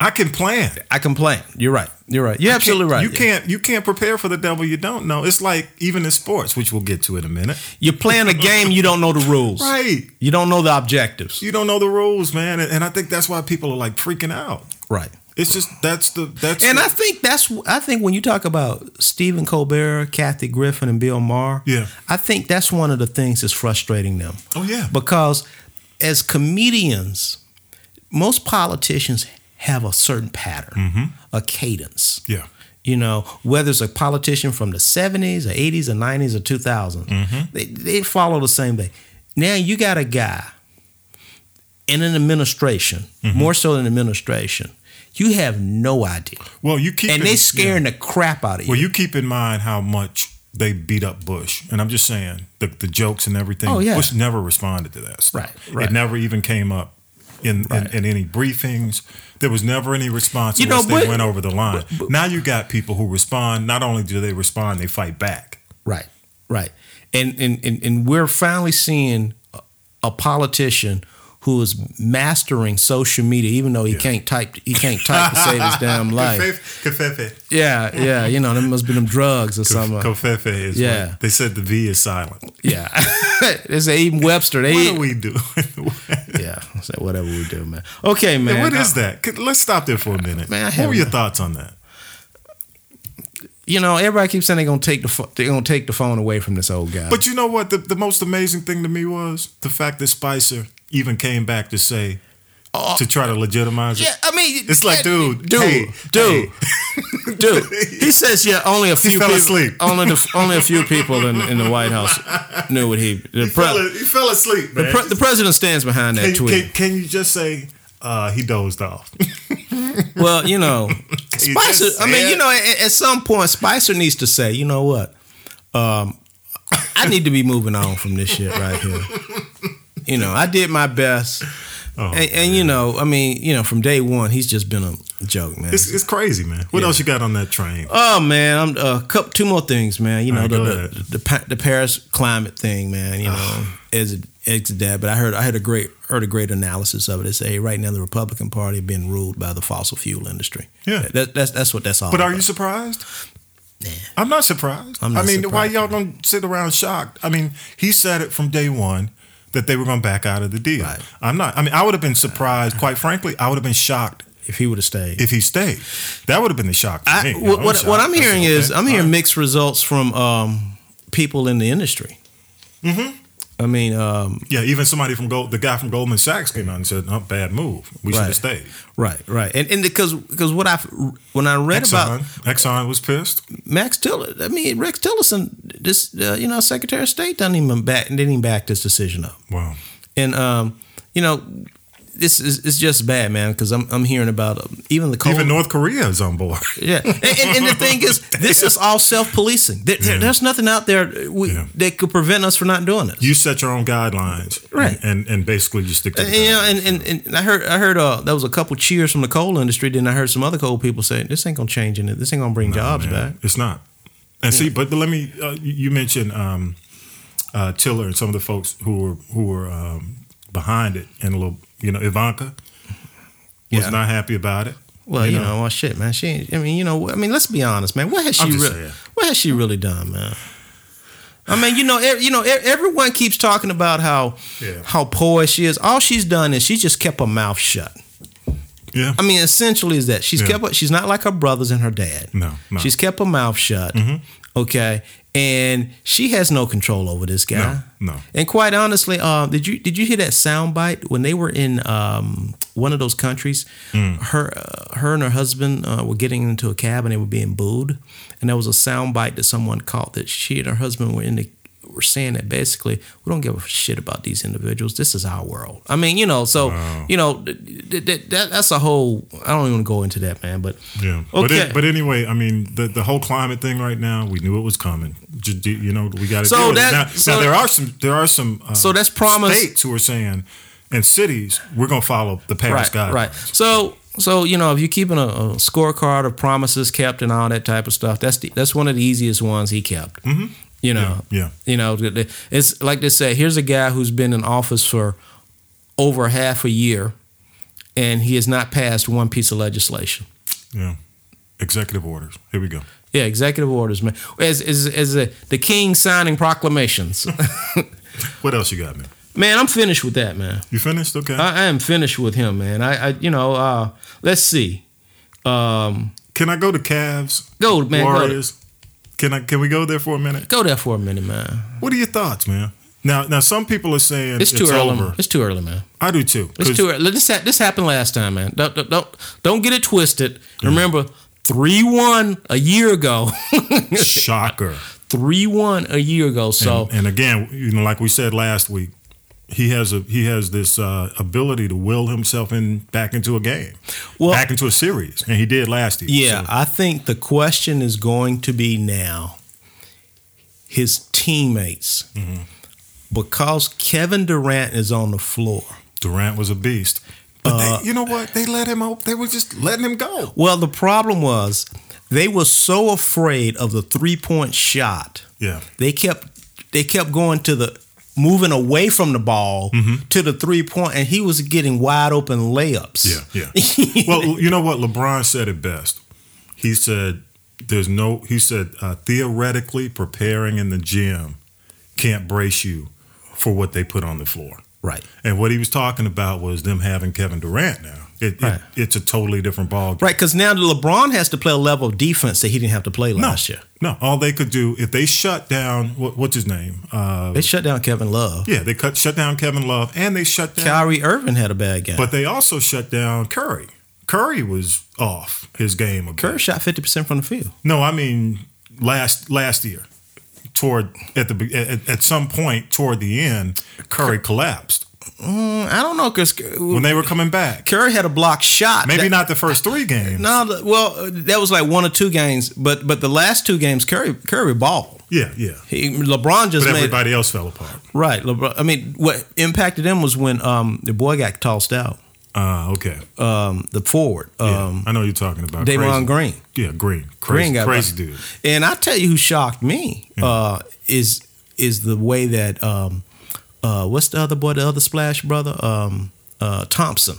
I can plan.
I complain. You're right. You're right. You're absolutely right.
You can't you can't prepare for the devil you don't know. It's like even in sports, which we'll get to in a minute.
You're playing a game you don't know the rules.
Right.
You don't know the objectives.
You don't know the rules, man, and, and I think that's why people are like freaking out.
right.
It's just that's the that's
And
the,
I think that's I think when you talk about Stephen Colbert, Kathy Griffin, and Bill Maher,
Yeah.
I think that's one of the things that's frustrating them.
Oh, yeah.
because as comedians, most politicians have a certain pattern,
Mm-hmm.
a cadence.
yeah
You know, whether it's a politician from the 70s or 80s or 90s or 2000s,
Mm-hmm.
they, they follow the same thing. Now you got a guy in an administration,
Mm-hmm.
more so an administration, you have no idea.
Well, you keep
and
in-
they
yeah.
scaring the crap out of you.
Well, you keep in mind how much they beat up Bush, and I'm just saying the the jokes and everything.
Oh, yeah.
Bush never responded to that. Stuff.
Right, right.
It never even came up in,
Right.
in in any briefings. There was never any response
You know,
unless they
but-
went over the line.
but- but-
now you got people who respond. Not only do they respond, they fight back.
Right, right. And and and, and we're finally seeing a- a politician who is mastering social media, even though he can't type. He can't type to save his damn life.
Kofefe.
Yeah, yeah. You know, there must be them drugs or something.
Kofefe is yeah.
uh, Yeah.
they said the V is silent.
yeah, it's even Webster. They,
What are we doing?
yeah, so whatever we do, man. Okay, man. uh,
And what is that? Could- Let's stop there for a minute.
Man, I
what were
haven't-
your thoughts on that?
You know, everybody keeps saying they're gonna take the pho- they're gonna take the phone away from this old guy.
But you know what? The, the most amazing thing to me was the fact that Spicer even came back to say, to try to legitimize it.
Oh, yeah, I mean,
It's like, dude,
dude,
hey,
dude. Dude, he says yeah. Only a few
fell
people,
asleep.
Only the, only a few people in, in the White House knew what he. The, pre-
Fell- he fell asleep,
the,
man.
pre- the president stands behind that
can,
tweet.
can- can you just say, uh, he dozed off?
well, you know, Spicer.
just
I mean,
said-
you know, at, at some point, Spicer needs to say, you know what, um, I need to be moving on from this shit right here. You know, I did my best,
Oh,
and, and you know, I mean, you know, from day one, he's just been a joke, man.
It's, it's crazy, man. What
Yeah.
else you got on that train?
Oh man, I'm uh, couple, two more things, man. You know
All right,
the,
go
the,
ahead. Ah.
the Pa- the Paris climate thing, man. You know, as it's that, but I heard I heard a great heard a great analysis of it. They say hey, right now the Republican Party being ruled by the fossil fuel industry.
Yeah.
that, that's that's what that's all.
But are
about.
you surprised? I'm not surprised.
I'm not
I mean, why
surprised.
y'all gonna sit around shocked? I mean, he said it from day one that they were gonna back out of the deal.
Right.
I'm not. I mean, I would have been surprised. Quite frankly, I would have been shocked
If he would have stayed,
if he stayed. That would have been the shock. To
I,
me.
what, what, what I'm
That's uh,
hearing
okay.
is I'm
All
hearing
right.
mixed results from um, people in the industry. Mm-hmm. I mean, um,
Yeah, even somebody from Gold, the guy from Goldman Sachs came out and said, "No, bad move. We should have
Right.
stayed."
right, right, and and because because what I when I read
Exxon,
about
Exxon was pissed.
Max Tiller. I mean, Rex Tillerson. This uh, you know, Secretary of State doesn't even back didn't even back this decision up.
Wow.
And um, you know, this is it's just bad, man. Because I'm I'm hearing about uh, even the cold,
Even North Korea is on board.
yeah. And, and, and the thing is, this is all self policing. There, there-
Yeah.
There's nothing out there uh, we,
Yeah.
that could prevent us from not doing this.
You set your own guidelines,
Right.
And and basically you stick to.
And,
The
you know,
guidelines.
and, and, and I heard I heard uh, there was a couple cheers from the coal industry. Then I heard some other coal people say this ain't gonna change in it. This ain't gonna bring jobs
Man,
back.
It's not. And see, but, but let me. Uh, you- you mentioned um, uh, Tiller and some of the folks who were who were um, behind it, and a little, you know, Ivanka was
Yeah.
not happy about it.
Well, you,
you
know,
know.
well, shit, man. She, ain't- I mean, you know, I mean, let's be honest, man. What has she,
I'm just
really,
saying.
what has she really done, man? I mean, you know, e- you know, e- everyone keeps talking about how,
Yeah.
how poised she is. All she's done is she just kept her mouth shut.
Yeah.
I mean, essentially, is that she's
Yeah.
kept. her- She's not like her brothers and her dad.
No, no. Mm-hmm.
she's kept her mouth shut. Okay, and she has no control over this guy.
No, no.
And quite honestly, uh, did you did you hear that soundbite when they were in um, one of those countries? Her uh, her and her husband uh, were getting into a cab and they were being booed, and there was a soundbite that someone caught that she and her husband were in the were saying that basically we don't give a shit about these individuals. This is our world. I mean, you know, so you know th- th- th- that that's a whole. I don't even go into that, man. But
Yeah. But,
okay.
it, but anyway, I mean, the, the whole climate thing right now, we knew it was coming. Just, do- you know, we got to
So
deal with
that-
it. Now,
so-
now there are some there are some uh,
So that's promise-
states who are saying and cities we're going to follow the Paris
right,
guidelines.
right. So so you know if you're keeping a, a scorecard of promises kept and all that type of stuff, that's the, that's one of the easiest ones he kept. Mm-hmm. You know.
Yeah, yeah.
You know, th- th- it's like they say. Here's a guy who's been in office for over half a year, and he has not passed one piece of legislation.
Yeah. Executive orders. Here we go.
Yeah, executive orders, man. As as as a, the king signing proclamations.
What else you got, man?
man, I'm finished with that, man.
You finished? Okay.
I, I am finished with him, man. I, I you know, uh, let's see. Um,
Can I go to Cavs?
Go, man, go.
Warriors. Can I? Can we go there for a minute?
go there for a minute, man.
What are your thoughts, man? Now, now some people are saying
It's
it's,
too early.
over.
It's too early, man.
I do too.
It's
'cause-
too early. This ha- this happened last time, man. Don't don't don't, don't get it twisted. Remember, three one a year ago.
Shocker.
Three one a year ago. So
and, and again, you know, like we said last week, he has a he has this uh, ability to will himself in back into a game,
Well-
back into a series, and he did last year.
Yeah,
So,
I think the question is going to be now his teammates. Because Kevin Durant is on the floor.
Durant was a beast, but
Uh,
they, you know what? They let him out. They were just letting him go.
Well, the problem was they were so afraid of the three-point shot.
Yeah,
They kept they kept going to the moving away from the ball
Mm-hmm.
to the three-point and he was getting wide open layups.
yeah, yeah. well, you know what? LeBron said it best. He said, "There's no." He said, uh, "Theoretically, preparing in the gym can't brace you for what they put on the floor."
Right.
And what he was talking about was them having Kevin Durant now. It,
Right.
it, it's a totally different ball.
Right, because now LeBron has to play a level of defense that he didn't have to play
No,
last year.
no. All they could do if they shut down what, what's his name? Uh,
They shut down Kevin Love.
yeah, they cut shut down Kevin Love and they shut down.
Kyrie Irving had a bad game.
But they also shut down Curry. Curry was off his game. a bit.
Kerr shot fifty percent from the field.
No, I mean last last year, toward at the be- at, at some point toward the end, Curry collapsed
Mm, I don't know because
when they were coming back.
Kerr had a block shot.
Maybe
That-
not the first three games.
No, the- well, uh, that was like one or two games, but but the last two games, Curry Curry balled.
Yeah, yeah.
He, LeBron just
But
made
everybody else fell apart.
right. LeBron, I mean, what impacted them was when um the boy got tossed out.
Ah, okay.
Um, the forward,
Yeah,
um,
I know who you're talking about Crazy-
Draymond Green.
Yeah, Green. Crazy,
got
crazy
by-
dude.
And I tell you who shocked me uh, is is the way that um, uh, what's the other boy, the other Splash brother, um, uh, Thompson.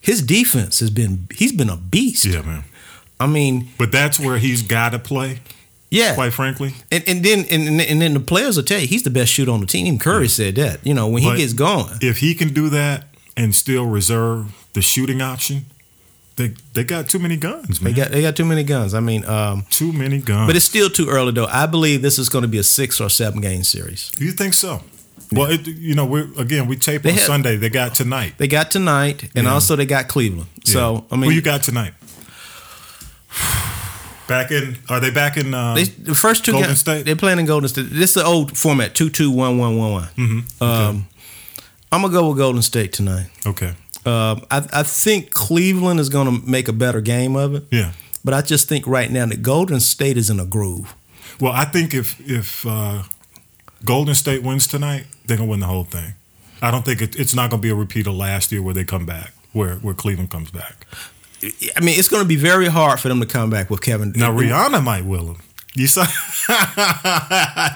His defense has been he's been a beast.
Mm-hmm. Yeah, man.
I mean,
But that's where he's got to play.
yeah,
Quite frankly,
and and then and, and- and then the players will tell you he's the best shooter on the team. Curry said that. You know when
But-
he gets going,
if he can do that and still reserve the shooting option, they they got too many guns,
they
man.
got they got too many guns. I mean, um,
too many guns.
but it's still too early though. I believe this is going to be a six or seven game series.
do you think so? Well, it, you know, we're again we tape
They
on
had-
Sunday. They got tonight.
They got tonight, and
Yeah.
also they got Cleveland.
Yeah.
So I mean,
who you got tonight? Back in? Are they back in? Uh,
They, the first two
Golden
games,
State?
they're playing in Golden State. This is the old
Mm-hmm.
format, two two one one one one. Um, I'm gonna go with Golden State tonight.
okay.
Um, I, I think Cleveland is going to make a better game of it.
Yeah.
But I just think right now that Golden State is in a groove.
Well, I think if if uh, Golden State wins tonight, they're gonna win the whole thing. I don't think it, it's not gonna be a repeat of last year where they come back, where where Cleveland comes back.
I mean, it's going to be very hard for them to come back with Kevin.
Now Rihanna might will them. You saw?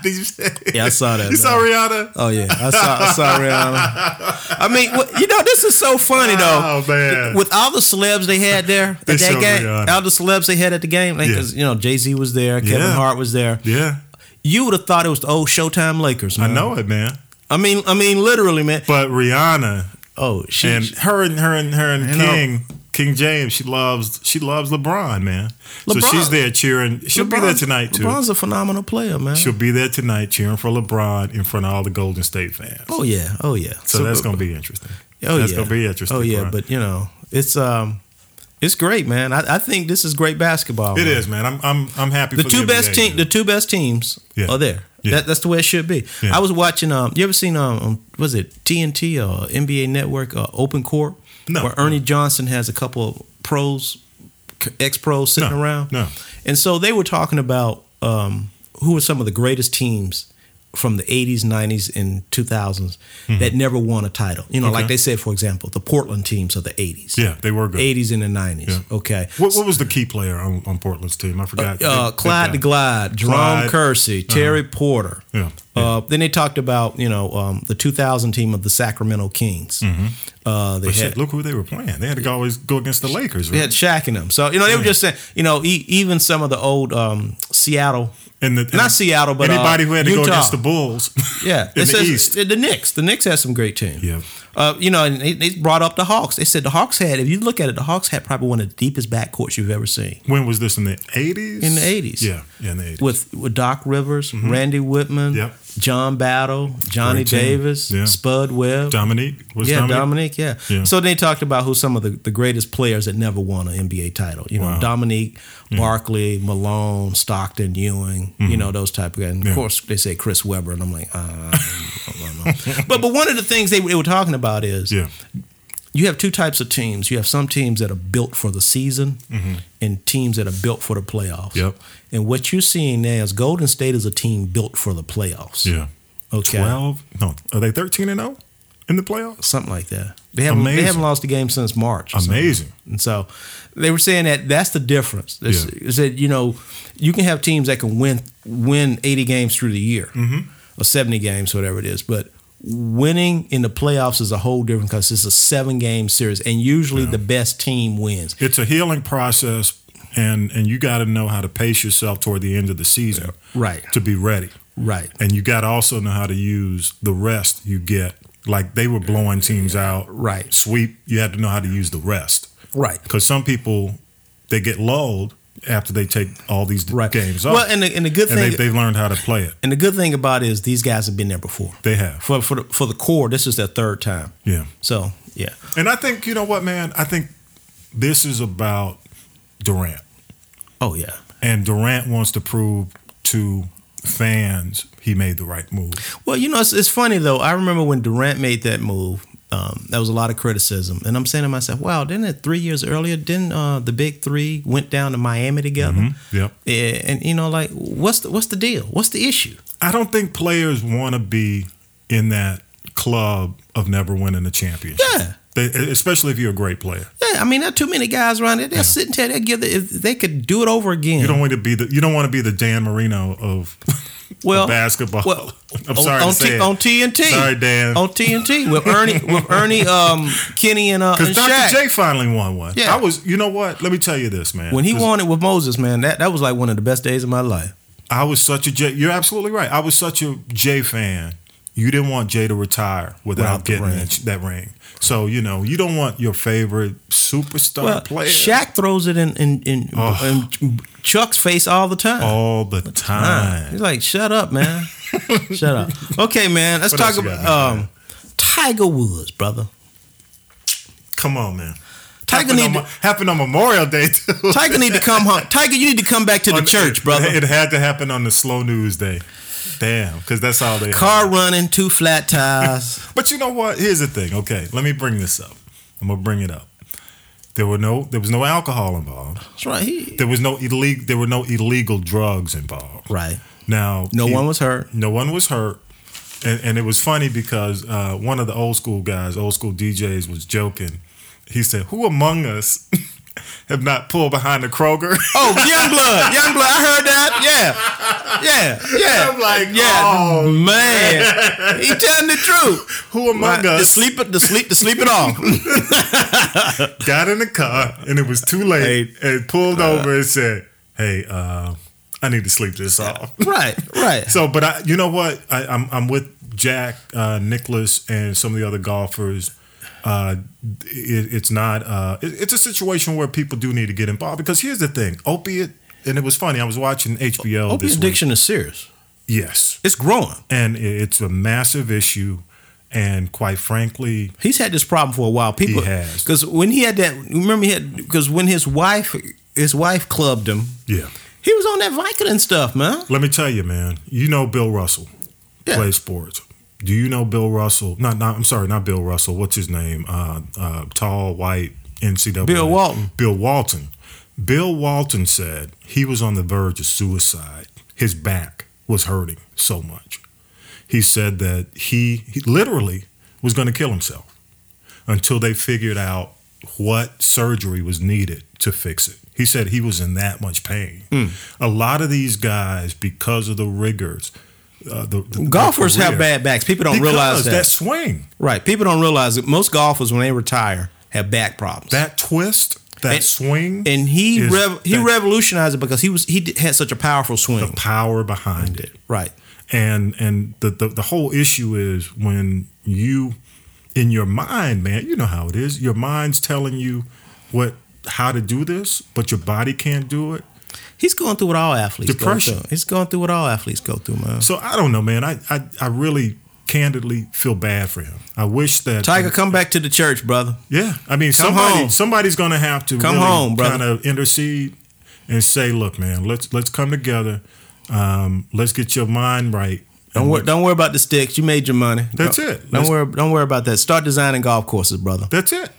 Did you see?
Yeah, I saw that.
You saw
man.
Rihanna?
Oh yeah, I saw, I saw Rihanna. I mean, wh- you know, this is so funny
Oh,
though.
man.
With all the celebs they had there at
They
that
showed
game,
Rihanna.
all the celebs they had at the game,
Yeah.
because you know Jay Z was there, Kevin
Yeah.
Hart was there.
yeah,
You would have thought it was the old Showtime Lakers.
I
Man.
know it, man.
I mean, I mean, literally, man.
But Rihanna
Oh, she.
and her and her and her and
You know-
King King James, she loves she loves LeBron, man. So
LeBron-
she's there cheering. She'll be there tonight too.
LeBron's a phenomenal player, man.
She'll be there tonight cheering for LeBron in front of all the Golden State fans.
Oh yeah, oh yeah.
So, that's going to be interesting.
Oh
that's
yeah,
going to be interesting.
Oh yeah,
Brian.
but you know, it's um, it's great, man. I, I think this is great basketball.
it
man.
is, man. I'm I'm I'm happy.
The
for
two
the
best
teams.
team, the two best teams
Yeah.
are there.
Yeah.
That, that's the way it should be.
Yeah.
I was watching. Um, you ever seen um, um, was it TNT or NBA Network or Open Court?
No.
Where Ernie Johnson has a couple of pros, ex pros sitting
No,
around.
no.
And so they were talking about um, who were some of the greatest teams from the 80s, 90s, and 2000s that never won a title. You know,
Mm-hmm. Okay.
like they said, for example, the Portland teams of the 80s.
Yeah, they were good.
80s and the 90s.
Yeah.
Okay.
What, what was the key player on, on Portland's team? I forgot.
Uh,
Good- good
Clyde
guy.
the Glide, Jerome
Clyde. Uh-huh.
Kersey, Terry Porter.
Yeah.
Uh, then they talked about you know um, the 2000 team of the Sacramento Kings. Uh, they
Mm-hmm. But
had
Oh, shit, look who they were playing. They had to go always go against the Lakers.
they
Right?
had Shaq in them. So you know they were just saying you know e- even some of the old um, Seattle.
And the,
Not Seattle, but, uh,
anybody who had to go
Utah.
against the Bulls.
Yeah,
in the
it says-
East.
The Knicks. The Knicks had some great teams.
Yeah.
Uh, you know, and they, they brought up the Hawks. They said the Hawks had, if you look at it, the Hawks had probably one of the deepest backcourts you've ever seen
When was this in the eighties?
In the 80s.
Yeah, yeah, in the eighties.
with, with Doc Rivers, Randy Whitman,
Mm-hmm. Yep.
John Battle, Johnny
Great team.
Davis,
Yeah.
Spud Webb.
Dominique was
yeah,
Dominique.
Dominique. yeah.
Yeah.
So they talked about who some of the, the greatest players that never won an NBA title. You know,
Wow. Mm-hmm.
Dominique, Barkley, Malone, Stockton, Ewing. You know those type of guys. And
Yeah.
Of course, they say Chris Webber, and I'm like, uh, I don't know. but but one of the things they, they were talking about is
Yeah,
you have two types of teams. You have some teams that are built for the season, and teams that are built for the playoffs.
Mm-hmm. Yep.
And what you're seeing now is Golden State is a team built for the playoffs.
yeah.
Okay.
Twelve? No, are they thirteen and zero in the playoffs?
something like that. They haven't they
Amazing.
haven't lost a game since March. or something.
Amazing.
And so they were saying that that's the difference. This
Yeah.
is that you know you can have teams that can win win eighty games through the year
Mm-hmm.
or seventy games, whatever it is, but. Winning in the playoffs is a whole different because it's a seven game series, and usually the best team wins.
It's a healing process, and and you got to know how to pace yourself toward the end of the season,
Right,
To be ready,
right,
and you got to also know how to use the rest you get. Like they were blowing teams out,
Right.
Sweep. You had to know how to use the rest
right.
because some people they get lulled after they take all these
Right.
games off.
Well, and the- and the good
and
thing-
they, they've learned how to play it.
And the good thing about it is these guys have been there before.
They have.
For for the, for the core, this is their third time.
Yeah.
So yeah,
And I think you know what, man. I think this is about Durant,
oh yeah.
and Durant wants to prove to fans he made the right move.
Well, you know, it's, it's funny though. I remember when Durant made that move. Um, that was a lot of criticism, and I'm saying to myself, "Wow, didn't it three years earlier? Didn't uh, the Big Three went down to Miami together?
Yep.
Yeah, and you know, like, what's the, what's the deal? What's the issue?
I don't think players want to be in that club of never winning a championship.
Yeah.
They, e, especially if you're a great player,
Yeah, I mean, there are too many guys around there. They're sitting there. They give the, if they could do it over again.
you don't want to be the you don't want to be the Dan Marino of
well,
basketball.
Well,
I'm sorry
on,
to say
T-
it.
on TNT.
Sorry, Dan.
On TNT with Ernie, with Ernie, um, Kenny, and uh, and
because Dr.
Shaq.
J finally won one.
Yeah.
I was. You know what? Let me tell you this, man.
when he
'Cause
won it with Moses, man, that that was like one of the best days of my life.
I was such a Jay. You're absolutely right. I was such a Jay fan. You didn't want Jay to retire without
Without the
getting
ring.
That, that ring. So you know you don't want your favorite superstar
Well,
player
Shaq throws it in in, in,
Oh.
in Chuck's face all the time.
all the
Nah,
time.
He's like, shut up, man. shut up. Okay, man. Let's
What
talk
else you
about
got, man?
um, Tiger Woods, brother.
Come on, man.
Tiger
happened, on,
need
Mo- happened on Memorial Day too.
to, Tiger need to come home. Tiger, you need to come back to the
On-
church,
it-
brother.
It had to happen on the slow news day. Damn, because that's all they.
Car running, two flat tires.
But you know what? Here's the thing. Okay, let me bring this up. I'm gonna bring it up. There were no there was no alcohol involved.
That's right. He,
There was no illegal there were no illegal drugs involved.
right.
Now
No
he-
one was hurt.
no one was hurt. And, and it was funny because uh, one of the old school guys, old school DJs, was joking. He said, "Who among us have not pulled behind the Kroger?"
Oh, Youngblood, Youngblood. I heard that. Yeah, yeah, yeah.
I'm like,
yeah,
"Oh,
man, he telling the truth.
Who among
The
us
sleep it, the sleep, the sleep it off.
got in the car and it was too late and pulled
Uh,
over and said, "Hey, uh, I need to sleep this
uh,
off."
right, right.
So, but I, you know what? I, I'm I'm with Jack, uh, Nicholas, and some of the other golfers. Uh, it, it's not. Uh, it- it's a situation where people do need to get involved because here's the thing: opiate. And it was funny. I was watching HBO
Opiate
this
addiction is serious.
week. Yes,
It's growing.
and i- it's a massive issue. And quite frankly,
He's had this problem for a while. People,
has.
because when he had that, remember he had because when his wife, his wife clubbed him,
yeah.
he was on that Vicodin stuff, man.
Let me tell you, man. You know Bill Russell
Yeah.
plays sports. Do you know Bill Russell? Not, not. I'm sorry, not Bill Russell. What's his name? Uh, uh, tall, white, NCAA.
Bill Walton.
Bill Walton. Bill Walton said he was on the verge of suicide. His back was hurting so much. He said that he, he literally was going to kill himself until they figured out what surgery was needed to fix it. He said he was in that much pain.
Hmm.
A lot of these guys, because of the rigors, uh, the, the- their
Golfers have
career-
bad backs. People don't
because
realize that.
that swing,
Right. People don't realize that most golfers when they retire have back problems.
that twist, that
And-
swing,
and he
is
rev- he
that-
revolutionized it because he was he did, had such a powerful
the
swing.
power behind it.
Right.
and and the, the the whole issue is when you in your mind man you know how it is your mind's telling you what how to do this but your body can't do it
He's going through what all athletes
Depression.
go through. He's going through what all athletes go through, man.
so i don't know man i i, I really candidly feel bad for him i wish that
Tiger, come back to the church, brother.
yeah i mean
Come
somebody
home.
somebody's gonna have to
Come
really
home, brother.
kind of intercede and say look man let's let's come together um let's get your mind right
Don't worry, don't worry about the sticks. You made your money.
That's
Don't-
it.
Don't
Let's-
worry. Don't worry about that. Start designing golf courses, brother.
That's it.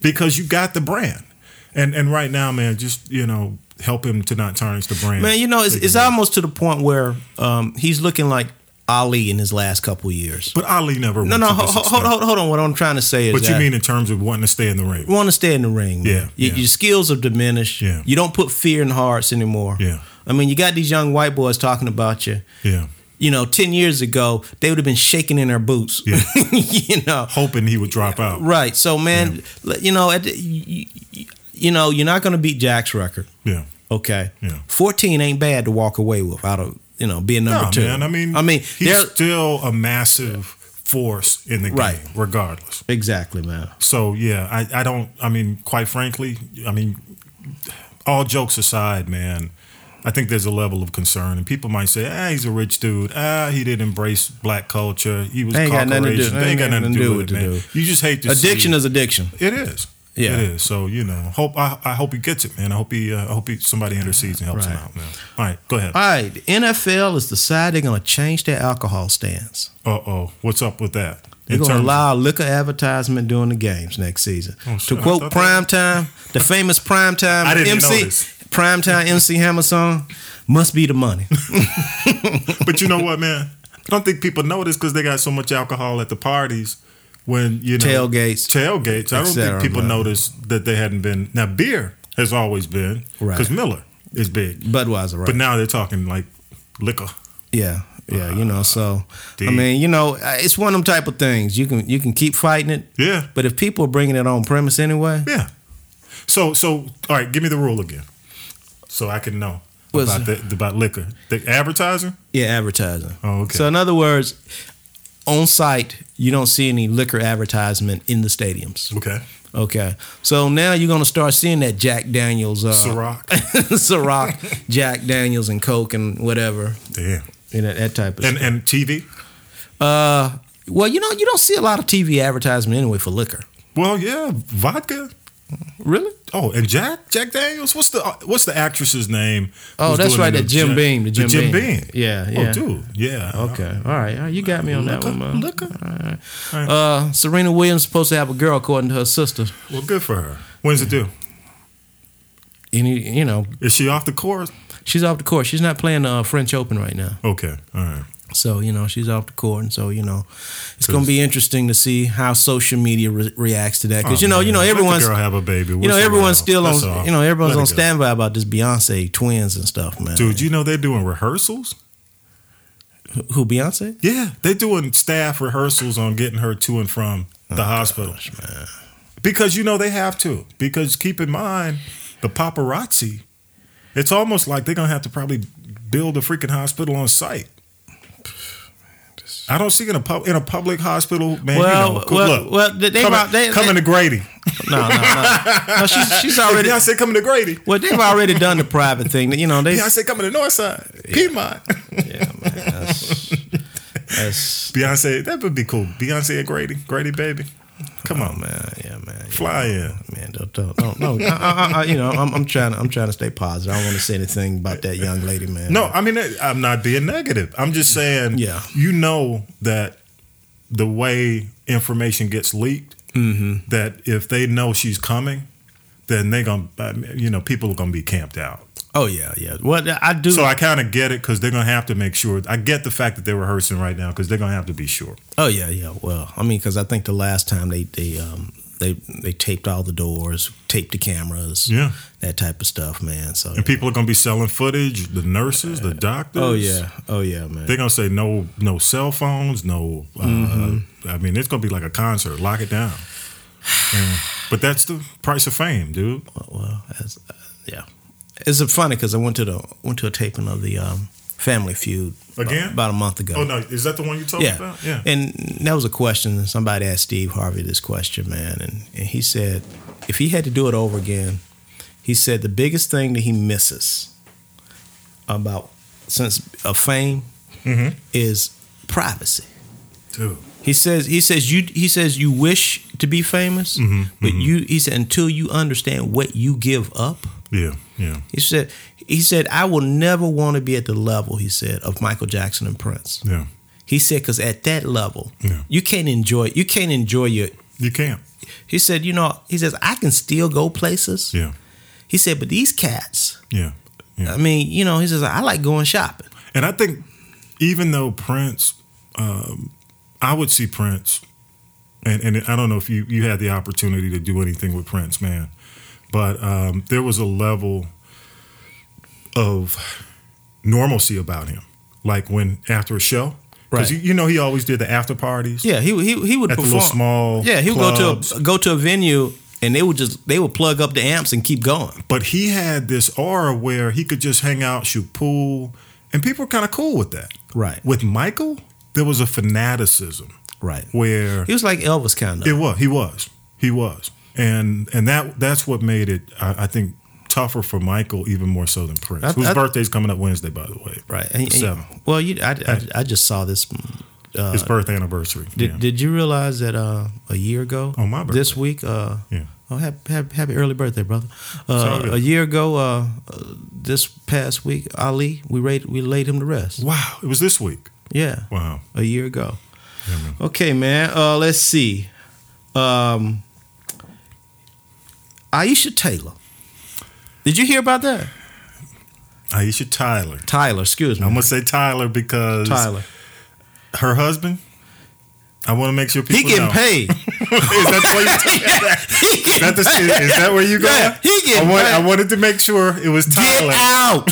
Because you got the brand. And and right now, man, just you know, help him to not tarnish the brand.
Man, you know it's, it's
Like,
almost to the point where um, he's looking like Ali in his last couple of years.
But Ali never.
No,
went
no,
to
ho-
this
ho- hold,
extent.
hold, hold on. What I'm trying to say is
But you
that-
mean in terms of wanting to stay in the ring?
want to stay in the ring. man.
Yeah,
Y-
yeah.
Your skills have diminished.
Yeah.
You don't put fear in hearts anymore.
Yeah.
I mean, you got these young white boys talking about you.
Yeah,
You know, 10 years ago, they would have been shaking in their boots.
Yeah.
you know,
hoping he would drop out.
right. So, man, let- you know, at the, you, you know, you're not going to beat Jack's record.
Yeah,
Okay.
Yeah.
14 ain't bad to walk away with out of, you know, being number
no,
two.
man. I mean,
I mean,
he's
there-
still a massive force in the game,
Right.
regardless.
exactly, man.
So yeah, I, I don't. I mean, quite frankly, I mean, all jokes aside, man, I think there's a level of concern, and people might say, ah, he's a rich dude. Ah, he didn't embrace black culture. He was
Ain't got nothing to do-
Caucasian. They ain't got nothing to do with it, man.
to
You just hate to
Addiction
See.
is addiction.
It is.
Yeah.
It is. So you know, hope I, I hope he gets it, man. I hope he uh, I hope he somebody intercedes and helps him
Right.
out, man. All right, go ahead.
All right. The NFL has decided they're going to change their alcohol stance.
Uh oh, what's up with that?
They're
In
going to
terms-
allow liquor advertisement during the games next season.
Oh, shit,
to
I
quote
thought
prime time, the famous prime time
I didn't even notice.
MC prime time MC Hammer song, must be the money.
but you know what, man? I don't think people notice because they got so much alcohol at the parties. When you know
Tailgates.
tailgates, I
Et
don't
cetera,
think people
man.
notice that they hadn't been. Now beer has always been
Right.
because Miller is big,
Budweiser, right?
but now they're talking like liquor.
yeah, yeah, you know. So I
Dude.
mean, you know, uh, it's one of them type of things. You can you can keep fighting it,
Yeah,
but if people are bringing it on premise anyway,
yeah. So so all right, give me the rule again, so I can know
Was-
about the, about liquor. The advertising.
yeah, advertising.
Oh, okay.
So in other words, on site you don't see any liquor advertisement in the stadiums.
Okay.
Okay, so now you're gonna start seeing that Jack Daniels, uh,
Ciroc.
Ciroc, Jack Daniels, and Coke and whatever,
Damn.
you know that type of.
And and TV.
uh, well, you know, you don't see a lot of TV advertisement anyway for liquor.
Well, yeah, vodka.
Really?
Oh, and Jack Jack Daniels. What's the uh, what's the actress's name?
Oh,
who's
that's
doing
right. That Jim
Jack-
Beam. The Jim, Beam. Yeah. Yeah.
Oh, dude. Yeah.
Okay. All right. All right. You got me on that
Look
one,
up,
man.
look up.
All right. Uh, Serena Williams supposed to have a girl, according to her sister.
Well, good for her. When's it due?
Any, you know,
Is she off the course?
she's off the court. She's not playing the uh, French Open right now.
Okay. All right.
So you know she's off the court, and so you know it's
So
going to
it's-
be interesting to see how social media re- reacts to that. Because
Oh,
you know, you
man.
know,
Let the
everyone's
girl have a baby.
you know, everyone's still on, you know, everyone's on
stand.
standby about this Beyonce twins and stuff, man.
Dude, you know they're doing rehearsals.
who Beyonce?
Yeah, they're doing staff rehearsals on getting her to and from the hospital. Because you know they have to. Because keep in mind, the paparazzi. It's almost like they're gonna have to probably build a freaking hospital on site. I don't see in a pub, in a public hospital, man.
Well,
you know, cool,
well,
look,
well, they, they,
coming,
about- they,
coming
they
to Grady.
no, no, no, no. She's,
If
she's already.
Beyonce coming to Grady.
Well, they've already done the private thing. You know, they.
Beyonce coming to Northside. Piedmont.
Yeah, man, that's, that's
Beyonce, that would be cool. Beyonce at Grady. Grady baby. Come on, man.
man, yeah, man, yeah.
Fly in.
Man, don't, don't, don't, no, I, I, I, you know, I'm, I'm trying, I'm trying to stay positive. I don't want to say anything about that young lady, man.
No, I mean, I'm not being negative. I'm just saying,
Yeah.
you know that the way information gets leaked,
Mm-hmm.
that if they know she's coming, then they're going to, you know, people are going to be camped out.
Oh yeah, yeah. Well, I do.
So I kind of get it because they're going to have to make sure. I get the fact that they're rehearsing right now because they're going to have to be sure.
oh yeah, yeah. Well, I mean, because I think the last time they, they, um, they, they taped all the doors, taped the cameras,
Yeah.
that type of stuff, man. So.
And people are going to be selling footage, the nurses, the doctors.
Oh yeah, oh yeah, man.
They're going to say no no cell phones, no. Uh, I mean, it's going to be like a concert. Lock it down. Yeah. But that's the price of fame, dude.
well, that's, uh, yeah. It's funny because I went to the went to a taping of the um, Family Feud
Again?
about a month ago.
Oh no, is that the one you talking
yeah.
about? Yeah.
And that was a question. Somebody asked Steve Harvey this question, man. And, and he said, if he had to do it over again, he said the biggest thing that he misses about since of fame
Mm-hmm.
is privacy.
Dude.
He says he says you he says you wish to be famous,
Mm-hmm.
but you he said until you understand what you give up.
Yeah, yeah.
He said he said I will never want to be at the level he said of Michael Jackson and Prince.
Yeah.
He said, because at that level,
Yeah.
you can't enjoy. You can't enjoy your.
You can't.
He said, you know, he says I can still go places.
Yeah.
He said, but these cats.
Yeah.
I mean, you know, he says I like going shopping.
And I think even though Prince um, I would see Prince and, and I don't know if you, you had the opportunity to do anything with Prince, man. But um, there was a level of normalcy about him. Like when after a show. Because
Right.
you, you know he always did the after parties.
Yeah, he he he would
At the
perform.
little small
yeah, he would go
clubs.
to a, go to a venue and they would just they would plug up the amps and keep going.
But he had this aura where he could just hang out, shoot pool, and people were kind of cool with that.
Right.
With Michael, there was a fanaticism
Right.
where
He was like Elvis kind of.
it was. He was. He was. And and that that's what made it, I, I think, tougher for Michael even more so than Prince,
I-
whose
I-
birthday's coming up Wednesday, by the way.
Right. And, and-
Seven.
well, you I, I, I just saw this. Uh,
His birth anniversary.
Did,
yeah.
did you realize that uh, a year ago?
On my
This week. Uh,
Yeah.
Oh, happy, happy, happy early birthday, brother! Uh,
Sorry.
a year ago, uh, uh, this past week, Ali, we laid we laid him to rest.
wow. It was this week.
Yeah,
Wow.
a year ago.
Yeah, man.
Okay, man. Uh, let's see. Um, Aisha Taylor. Did you hear about that?
Aisha Tyler.
Tyler, excuse me.
I'm gonna say Tyler because
Tyler.
her husband. I want to make sure people
He getting
know.
paid.
Is that where you
He
Is that
getting
the city? Is that where you go?
Yeah, he getting
I, want,
paid.
I wanted to make sure it was
Get
Tyler.
out.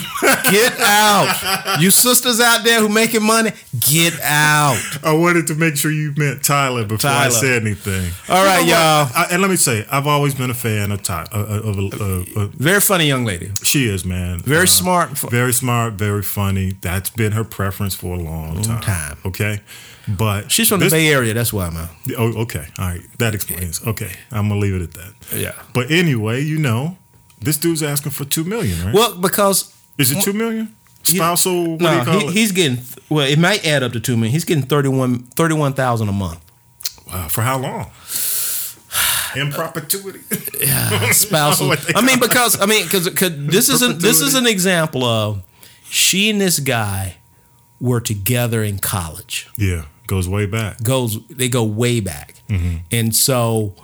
Get out. You sisters out there who making money, get out.
I wanted to make sure you meant Tyler before I
Tyler.
said anything.
All right, y'all.
I, and let me say, I've always been a fan of Tyler. Of, of, of, of-
Very funny young lady.
she is man,
Very
Uh,
smart.
very smart, very funny. That's been her preference for a long, time.
time.
Okay, but
She's from
this-
the Bay Area. That's why, man.
Oh, okay. All right. That explains. Okay, I'm gonna leave it at that.
Yeah.
But anyway, you know, this dude's asking for two million, right?
Well, because
Is it two million? Spousal? What do
no,
you call
he,
it?
he's getting well. It might add up to two million. He's getting 31 31,000 a month.
Wow, for how long? In perpetuity.
yeah, spousal.
What they
I mean, because I mean, because this is an, this is an example of she and this guy were together in college.
Yeah, goes way back.
Goes they go way back,
Mm-hmm.
and so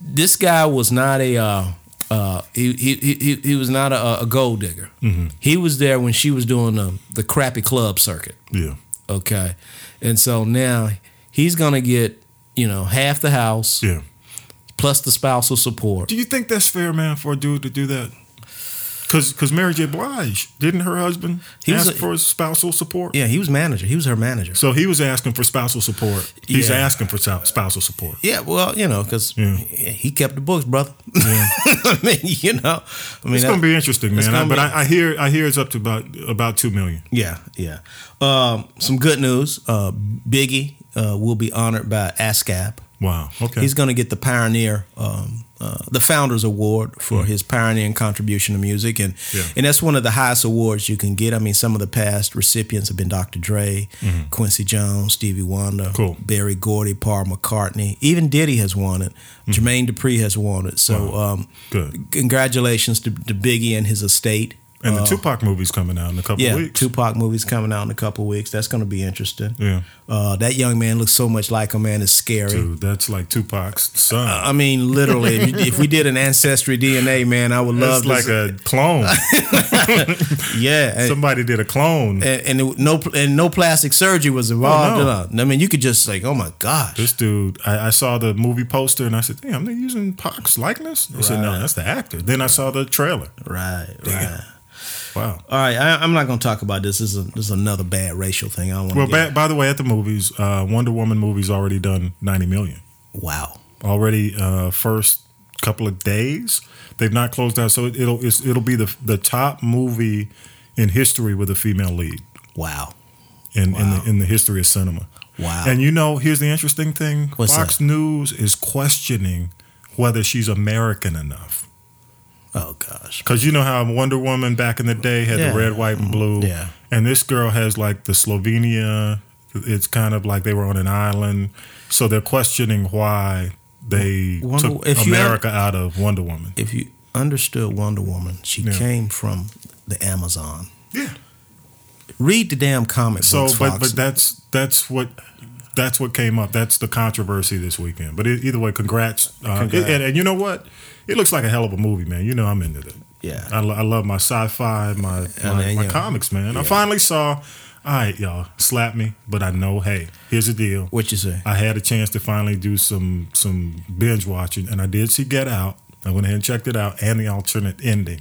this guy was not a. Uh, uh, he, he, he he was not a, a gold digger.
Mm-hmm.
He was there when she was doing the, the crappy club circuit.
Yeah,
Okay. And so now he's going to get, you know, half the house
yeah.
plus the spousal support.
Do you think that's fair, man, for a dude to do that? Because because Mary J. Blige didn't her husband
He was
ask
a-
for spousal support?
Yeah, he was manager. He was her manager.
So he was asking for spousal support. He's
Yeah.
asking for sou- spousal support.
Yeah, well, you know, because
Yeah.
he kept the books, brother. I mean, you know, I mean,
It's
that-
gonna be interesting,
it's
man. I,
gonna
but
be-
I, I hear I hear it's up to about about two million.
yeah, yeah. Um, some good news. Uh, Biggie uh, will be honored by ASCAP.
Wow. Okay.
He's going to get the pioneer, um, uh, the Founders Award for his pioneering contribution to music, and
Hmm. Yeah.
and that's one of the highest awards you can get. I mean, some of the past recipients have been Dr. Dre, Quincy Jones, Stevie Wonder,
Mm-hmm. Cool.
Barry Gordy, Paul McCartney, even Diddy has won it. Jermaine Dupri has won it. So, um,
Mm-hmm. Good.
congratulations to, to Biggie and his estate.
and the
Uh,
Tupac movie's coming out in a couple
yeah,
weeks.
Tupac movie's coming out in a couple weeks. That's going to be interesting.
Yeah.
Uh, that young man looks so much like him, man. It's scary.
Dude, that's like Tupac's son.
I mean, literally, if, you, if we did an ancestry DNA, man, I would love
that's like
to,
a clone.
yeah, and,
Somebody did a clone.
and, and it- no and no plastic surgery was involved.
Oh,
uh, I mean, you could just like, oh my gosh,
This dude, I, I saw the movie poster and I said, "Damn, they're using Pac's likeness." I said, "No, that's the actor." Then I saw the trailer.
right,
Damn.
right.
Wow.
All right, I, I'm not going to talk about this. This is, a, this is another bad racial thing. I don't want.
Well,
get,
ba- by the way, at the movies, uh, Wonder Woman movie's already done ninety million.
Wow.
Already, uh, first couple of days, they've not closed out. So it'll it's, it'll be the the top movie in history with a female lead
Wow.
in in,
Wow.
the, in the history of cinema.
Wow.
And you know, here's the interesting thing:
What's
Fox
that?
News is questioning whether she's American enough.
oh gosh.
Because you know how Wonder Woman back in the day had
Yeah.
the red, white, and blue.
Yeah.
And this girl has like the Slovenia. It's kind of like they were on an island. So they're questioning why they
Wonder-
took
if you had-
America out of Wonder Woman.
If you understood Wonder Woman, she
Yeah.
came from the Amazon.
Yeah.
Read the damn comic
So,
books,
but,
Fox.
but that's that's what that's what came up. That's the controversy this weekend. But it, either way, congrats. Uh,
Congrats.
and, and you know what? It looks like a hell of a movie, man. You know I'm into it.
yeah.
I, lo- I love my sci-fi, my
I
my,
mean,
my
yeah.
comics, man. I
Yeah.
finally saw. All right, y'all, slap me, but I know. Hey, here's the deal.
what you say?
I had a chance to finally do some some binge watching, and I did see Get Out. I went ahead and checked it out, and the alternate ending,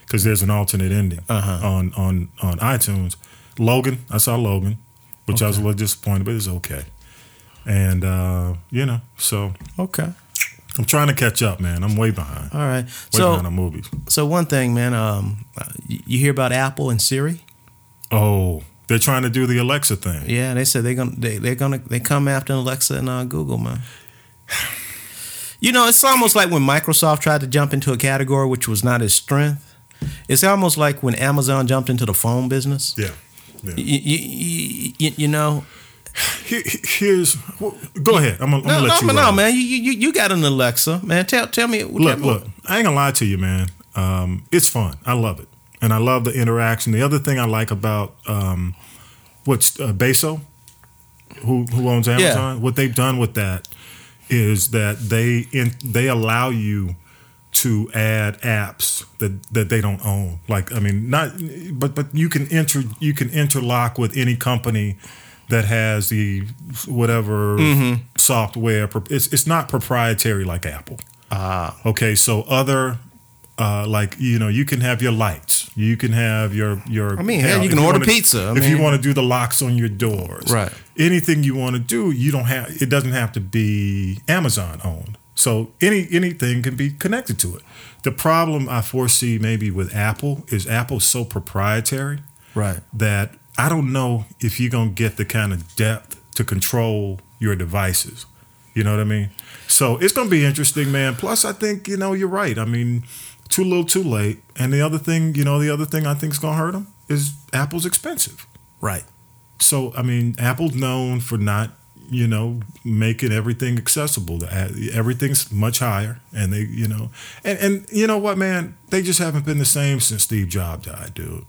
because there's an alternate ending
Uh-huh.
on on on iTunes. Logan, I saw Logan, which I was a little disappointed, but it's okay. And uh, you know, so
Okay.
I'm trying to catch up, man. I'm way behind, way
All right. so
behind on movies.
So one thing, man, um, you you hear about Apple and Siri?
Oh, they're trying to do the Alexa thing.
Yeah, they said they're gonna they, they're gonna they come after Alexa and uh, Google, man. You know, it's almost like when Microsoft tried to jump into a category which was not its strength. It's almost like when Amazon jumped into the phone business.
Yeah.
You, you, you, you know,
Here, here's well, go ahead. I'm gonna, I'm
no,
gonna
no,
let
but
you.
no,
roll.
man, you, you you got an Alexa, man. Tell tell me,
Look,
tell me-
look. I ain't gonna lie to you, man. Um, it's fun. I love it, and I love the interaction. The other thing I like about um, what's uh, Beso, who who owns Amazon, what they've done with that is that they in, they allow you to add apps that that they don't own. Like I mean, not but but you can enter you can interlock with any company that has the whatever software. It's it's not proprietary like Apple. Ah. Okay, so other. Uh, like you know, you can have your lights. You can have your your.
I mean, hell, you
if
can order
wanna-
pizza. I
if you
mean-
want to do the locks on your doors,
Right.
Anything you want to do, you don't have. It doesn't have to be Amazon owned. So any anything can be connected to it. The problem I foresee maybe with Apple is Apple's so proprietary
right?
that I don't know if you're gonna get the kind of depth to control your devices. You know what I mean? So it's gonna be interesting, man. Plus, I think you know you're right. I mean, too little, too late. And the other thing, you know, the other thing I think's gonna hurt them is Apple's expensive.
Right.
So I mean, Apple's known for not you know, making everything accessible. The ad- Everything's much higher, and they, you know, and and you know what, man, they just haven't been the same since Steve Jobs died, dude.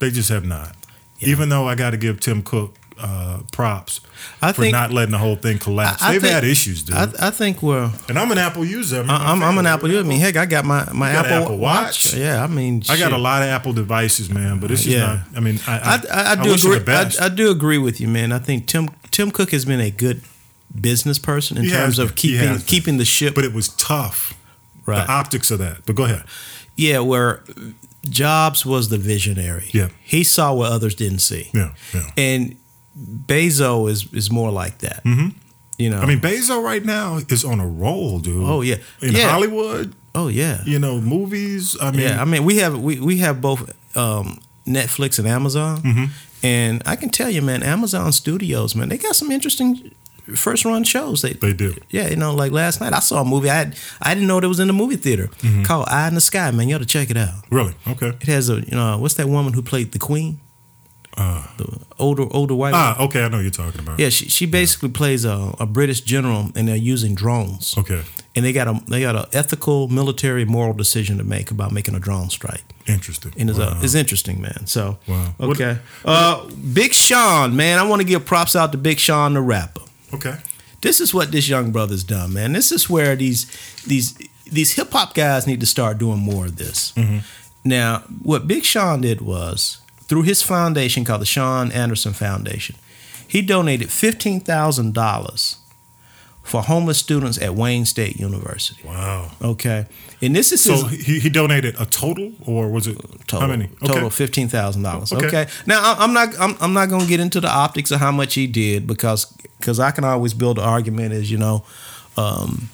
They just have not. Even though I got to give Tim Cook uh, props
I
for
think-
not letting the whole thing collapse.
I
They've
think-
had issues, dude.
I, I think we're.
and I'm an Apple user. mean,
I, I'm, I'm an Apple. user. I mean, heck, I got my my
got an
Apple,
Apple
Watch.
Watch?
Yeah, I mean,
I got
shit.
a lot of Apple devices, man, but it's just
Yeah.
not. I mean, I,
I, I, I do
wish them
agree.
the best.
I, I do agree with you, man. I think Tim Tim Cook has been a good business person in
He
terms
has
of
been. He
keeping
has been.
keeping the ship
but it was tough.
right.
The optics of that. But go ahead.
yeah, where Jobs was the visionary.
Yeah.
he saw what others didn't see,
Yeah, yeah.
and Bezos is is more like that. Mm-hmm. You know,
I mean, Bezos right now is on a roll, dude.
Oh, yeah.
in
Yeah.
Hollywood,
oh yeah,
you know, movies. I mean,
yeah. I mean, we have we we have both um, Netflix and Amazon,
Mm-hmm.
and I can tell you, man, Amazon Studios, man, they got some interesting first run shows. They
they do.
Yeah, you know, like last night I saw a movie. I had, I didn't know it was in the movie theater
Mm-hmm.
called Eye in the Sky. Man, you ought to check it out.
Really? Okay.
It has a you know what's that woman who played the Queen?
Uh,
The older older white. woman.
ah, okay. I know you're talking about.
Yeah, she, she basically plays a, a British general, and they're using drones.
Okay.
And they got a they got an ethical, military, moral decision to make about making a drone strike.
Interesting.
And it's,
Wow.
uh, it's interesting, man. So
Wow. What-
okay, uh, Big Sean, man, I want to give props out to Big Sean, the rapper
okay.
this is what this young brother's done, man. This is where these these these hip hop guys need to start doing more of this. Now, what Big Sean did was through his foundation called the Sean Anderson Foundation, he donated fifteen thousand dollars for homeless students at Wayne State University.
Wow.
Okay, and this is
So
his- uh,
he, he donated a total, or was it
total.
how many?
Total fifteen thousand dollars.
Okay.
Okay. Now I- I'm not I'm, I'm not gonna get into the optics of how much he did because because I can always build an argument as you know, um,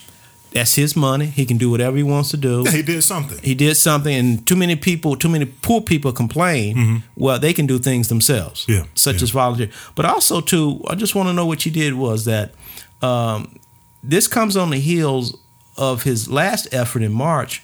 that's his money. He can do whatever he wants to do.
Yeah, he did something.
He did something, and too many people, too many poor people complain. Well, they can do things themselves,
Mm-hmm. Yeah,
such
yeah.
as volunteer. But also, too, I just want to know what you did was that um, this comes on the heels of his last effort in March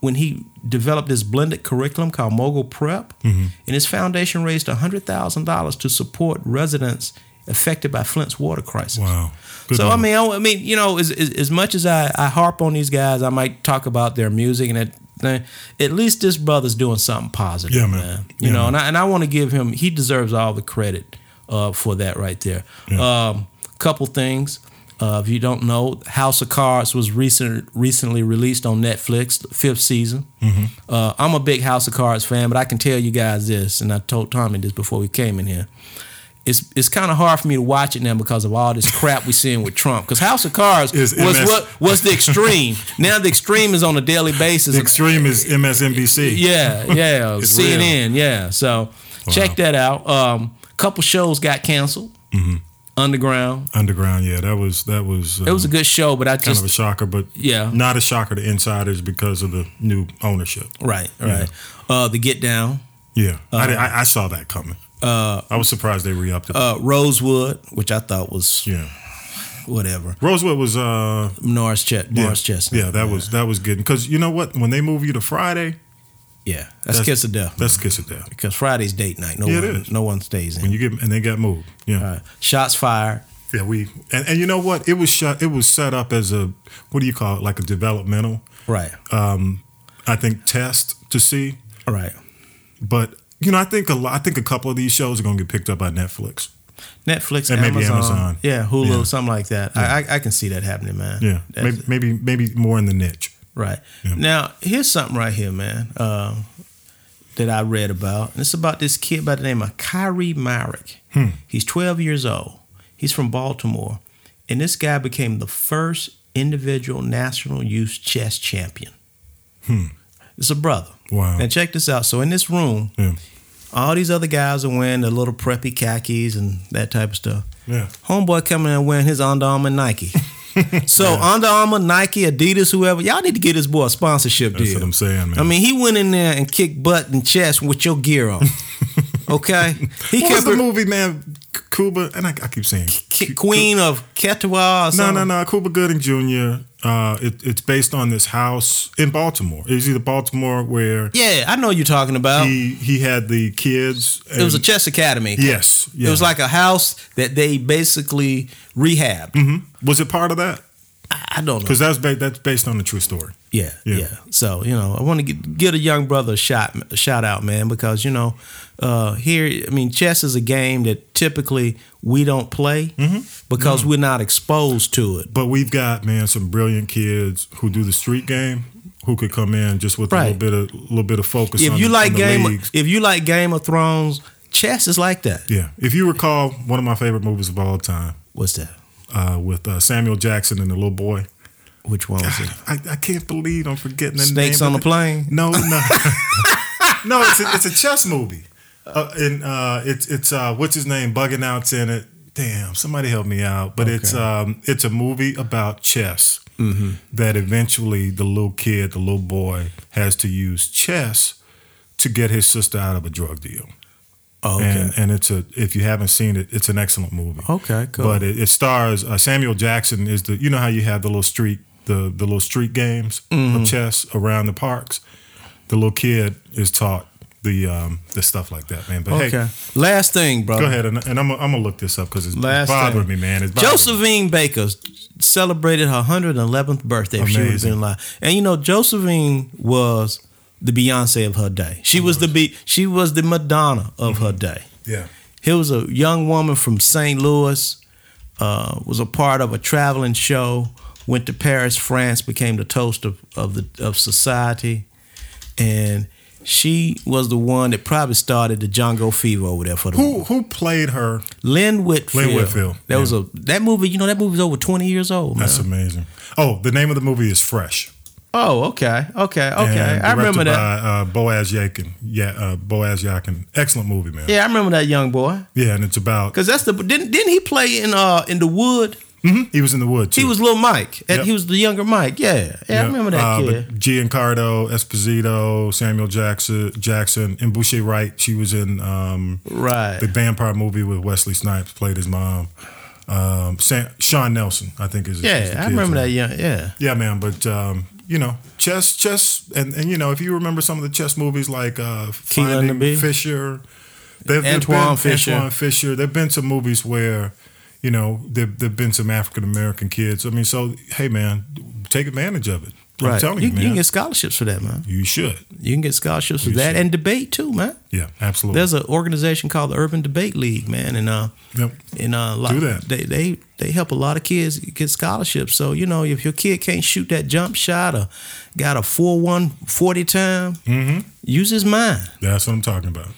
when he developed this blended curriculum called Mogul Prep,
Mm-hmm.
and his foundation raised hundred thousand dollars to support residents affected by Flint's water crisis
Wow. Good
so I
on him.
mean, I, I mean, you know, as, as, as much as I, I harp on these guys, I might talk about their music and that thing. At least this brother's doing something positive,
Yeah,
man.
man.
You
Yeah,
know,
man.
and I and I want to give him. He deserves all the credit uh, for that right there. Um, couple things. Uh, if you don't know, House of Cards was recent, recently released on Netflix, fifth season.
Mm-hmm.
Uh, I'm a big House of Cards fan, but I can tell you guys this, and I told Tommy this before we came in here it's it's kind of hard for me to watch it now because of all this crap we're seeing with Trump. Because House of Cards
Is
was what
MS
was, the extreme. now the extreme is on a daily basis.
the extreme is MSNBC.
Yeah, yeah,
It's
CNN. Yeah, so check that out. Um, couple shows got canceled. Underground.
Underground. Yeah, that was that was. uh,
It was a good show, but I
kind
just
of a shocker, but
Yeah.
not a shocker to insiders because of the new ownership.
right, right. Uh, the Get Down.
Yeah,
Uh,
I, did- I, I saw that coming. I was surprised they re-upped it.
Uh, Rosewood, which I thought was
yeah,
whatever.
Rosewood was uh,
Norris Chet,
yeah,
Morris Chestnut.
Yeah, that was that was good because you know what? When they move you to Friday,
yeah. That's,
That's-
kiss of death.
that's kiss it death.
Because Friday's date night. No
Yeah, it
one,
is.
no one stays in.
When you get and they got moved. Yeah,
All right. Shots fired.
yeah. We and, and you know what? It was shut. It was set up as a what do you call it? Like a developmental,
Right.
um, I think, test to see.
All right.
But you know, I think a lot. I think a couple of these shows are going to get picked up by Netflix.
Netflix,
And
Amazon,
maybe Amazon.
yeah, Hulu,
Yeah.
something like that. I, I I can see that happening, man.
Yeah,
That's-
maybe, maybe maybe more in the niche.
right.
Yeah.
Now here's something right here, man, um, that I read about. And it's about this kid by the name of Kyrie Myrick.
Hmm.
He's 12 years old. He's from Baltimore, and this guy became the first individual national youth chess champion. It's a brother.
Hmm. Wow.
Now check this out. So in this room,
Yeah.
all these other guys are wearing their little preppy khakis and that type of stuff.
Yeah.
Homeboy coming in wearing his Under Armour Nike. so Under Armour, Nike, Adidas, whoever, y'all need to get this boy a sponsorship
That's
deal.
what I'm saying, man.
I mean, he went in there and kicked butt and chest with your gear on. Okay, he
what was
kept
the
her-
movie, man? C- Cuba, and I, I keep saying
Ki- Queen of Ketawa or
No,
something.
no, no. Cuba Gooding Jr. Uh, it, it's based on this house in Baltimore. It was either Baltimore where
Yeah, I know you're talking about.
he he had the kids.
Oh. it was a
and-
chess academy.
yes.
It was like a house that they basically rehabbed.
Mm. Mm-hmm. was it part of that?
I I don't know.
Because that's ba- that's based on a true story.
Yeah, yeah.
Yeah.
So you know, I want to get, get a young brother a shot a shout out, man, because you know, uh, here I mean, chess is a game that typically we don't play
Mm-hmm.
because we're not exposed to it.
But we've got man some brilliant kids who do the street game who could come in just with a
Right.
little bit of little bit of focus.
If
on
you
the- on
like
the
game,
leagues.
if you like Game of Thrones, chess is like that.
yeah. If you recall, one of my favorite movies of all time
What's that?
uh, with uh, Samuel Jackson and the little boy.
Which one was it?
I, I can't believe I'm forgetting the
Snakes
name
on a
of the-
plane.
No, no, no. It's a, it's a chess movie, uh, and uh, it's it's uh, what's his name bugging out's in it. Damn, somebody help me out. But it's um, it's a movie about chess that eventually the little kid, the little boy, has to use chess to get his sister out of a drug deal.
Oh, okay.
And, and it's a if you haven't seen it, it's an excellent movie.
Okay, cool.
But it, it stars uh, Samuel Jackson is the you know how you have the little street the the little street games
Mm-hmm.
of chess around the parks. The little kid is taught the um the stuff like that, man. But
okay.
hey,
Last thing, bro.
go ahead and, and I'm gonna- I'm gonna look this up because it's, it's
Last
bothering
thing.
me, man. It's bothering me.
Josephine Baker celebrated her 111th birthday if she would have
Amazing.
been alive. And you know, Josephine was the Beyonce of her day. She was the be- she was the Madonna of her
Mm-hmm.
day.
Yeah,
Here was a young woman from St. Louis, uh, was a part of a traveling show, went to Paris, France, became the toast of, of the of society, and she was the one that probably started the Django fever over there for the
who who played her?
Lynn Whitfield.
Lynn Whitfield,
That was
yeah.
a that movie. You know that movie's over twenty years old. Man.
That's amazing. Oh, the name of the movie is Fresh.
oh, okay, okay, okay.
And
I
directed
remember that.
By, uh, Boaz Yakin. Yeah, uh, Boaz Yakin. Excellent movie, man.
Yeah, I remember that young boy.
Yeah, and it's about
Cause that's the didn't didn't he play in uh in the wood?
he was in the woods.
He was little Mike. And
Yep.
He was the younger Mike. Yeah, yeah. I remember that kid.
Uh, But Giancarlo Esposito, Samuel Jackson, Jackson, and Boucher Wright. She was in um,
right.
the vampire movie with Wesley Snipes, played his mom. Um, Sam, Sean Nelson, I think is. is
yeah,
the
I
kid's
remember
name.
that young. Yeah.
Yeah, man. But um, you know, chess, chess, and, and you know, if you remember some of the chess movies like uh,
Key and the
Finding
Bee.
Fisher, there- there've
Antoine
been-
Fisher.
Antoine Fisher. There've been some movies where you know there, there've been some African American kids. I mean, so hey, man, take advantage of it. I'm
Right.
telling
you,
you,
you
man,
can get scholarships for that, man.
you should.
You can get scholarships for
You
that
should.
and debate too, man.
Yeah, absolutely.
There's an organization called the Urban Debate League, man, and uh,
Yep.
and uh, a lot,
Do that.
They, they they help a lot of kids get scholarships. So you know, if your kid can't shoot that jump shot or got a 4-1 40 time,
Mm-hmm.
use his mind.
That's what I'm talking about.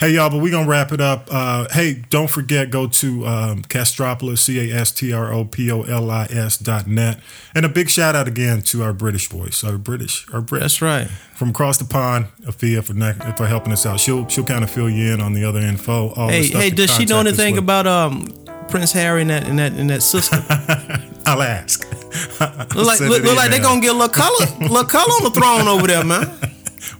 Hey, y'all, but we're going to wrap it up. Uh, hey, don't forget, go to um, Castropolis, C A S T R O P O L I S dot net. And a big shout out again to our British voice, our British, our British.
That's right.
From across the pond, Afia, for, not, for helping us out. She'll she'll kind of fill you in on the other info. All
hey,
the stuff
hey,
to
does she know
contact us
anything
with.
about um Prince Harry and that and that and that sister?
I'll ask.
Look like
Send
look,
it
look
in
like they're
now.
gonna get a little color, little color on the throne over there, man.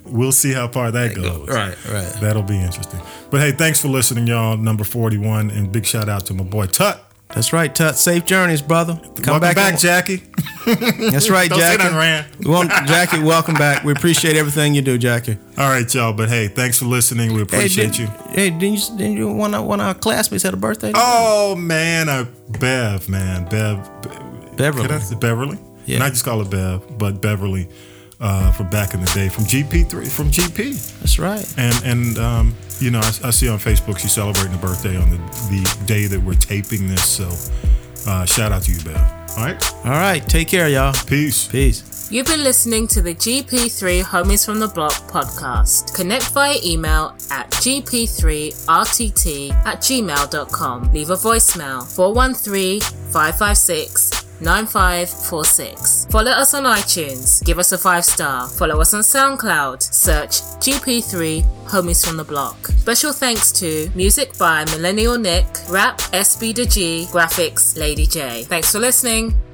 We'll see how far that goes.
Right, right.
That'll be interesting. But hey, thanks for listening, y'all. Number 41. And big shout out to my boy Tut.
That's right, Tut. Safe journeys, brother.
Welcome
Come
back,
and-
Jackie.
That's right,
Don't say
Jackie.
nothing, Rand.
Well, Jackie, welcome back. We appreciate everything you do, Jackie.
All right, y'all. But hey, thanks for listening. We appreciate
did,
you.
Hey, didn't you, didn't you one, of- one of our classmates had a birthday?
Oh man, I, Bev, man, Bev, Be-
Beverly.
Can I say Beverly?
Yeah.
And I just call her Bev, but Beverly, uh, from back in the day, from GP three, from GP,
That's right.
and and um, you know, I, I see on Facebook she's celebrating a birthday on the the day that we're taping this. So, uh, shout out to you, Bev. All right,
All right. Take care, y'all.
peace.
Peace.
You've been listening to the GP3 Homies from the Block podcast. Connect via email at gp3rtt at gmail.com. Leave a voicemail 413 556 9546. Follow us on iTunes. Give us a five star. Follow us on SoundCloud. Search GP3 Homies from the Block. Special thanks to music by Millennial Nick, rap SB2G, graphics Lady J. Thanks for listening.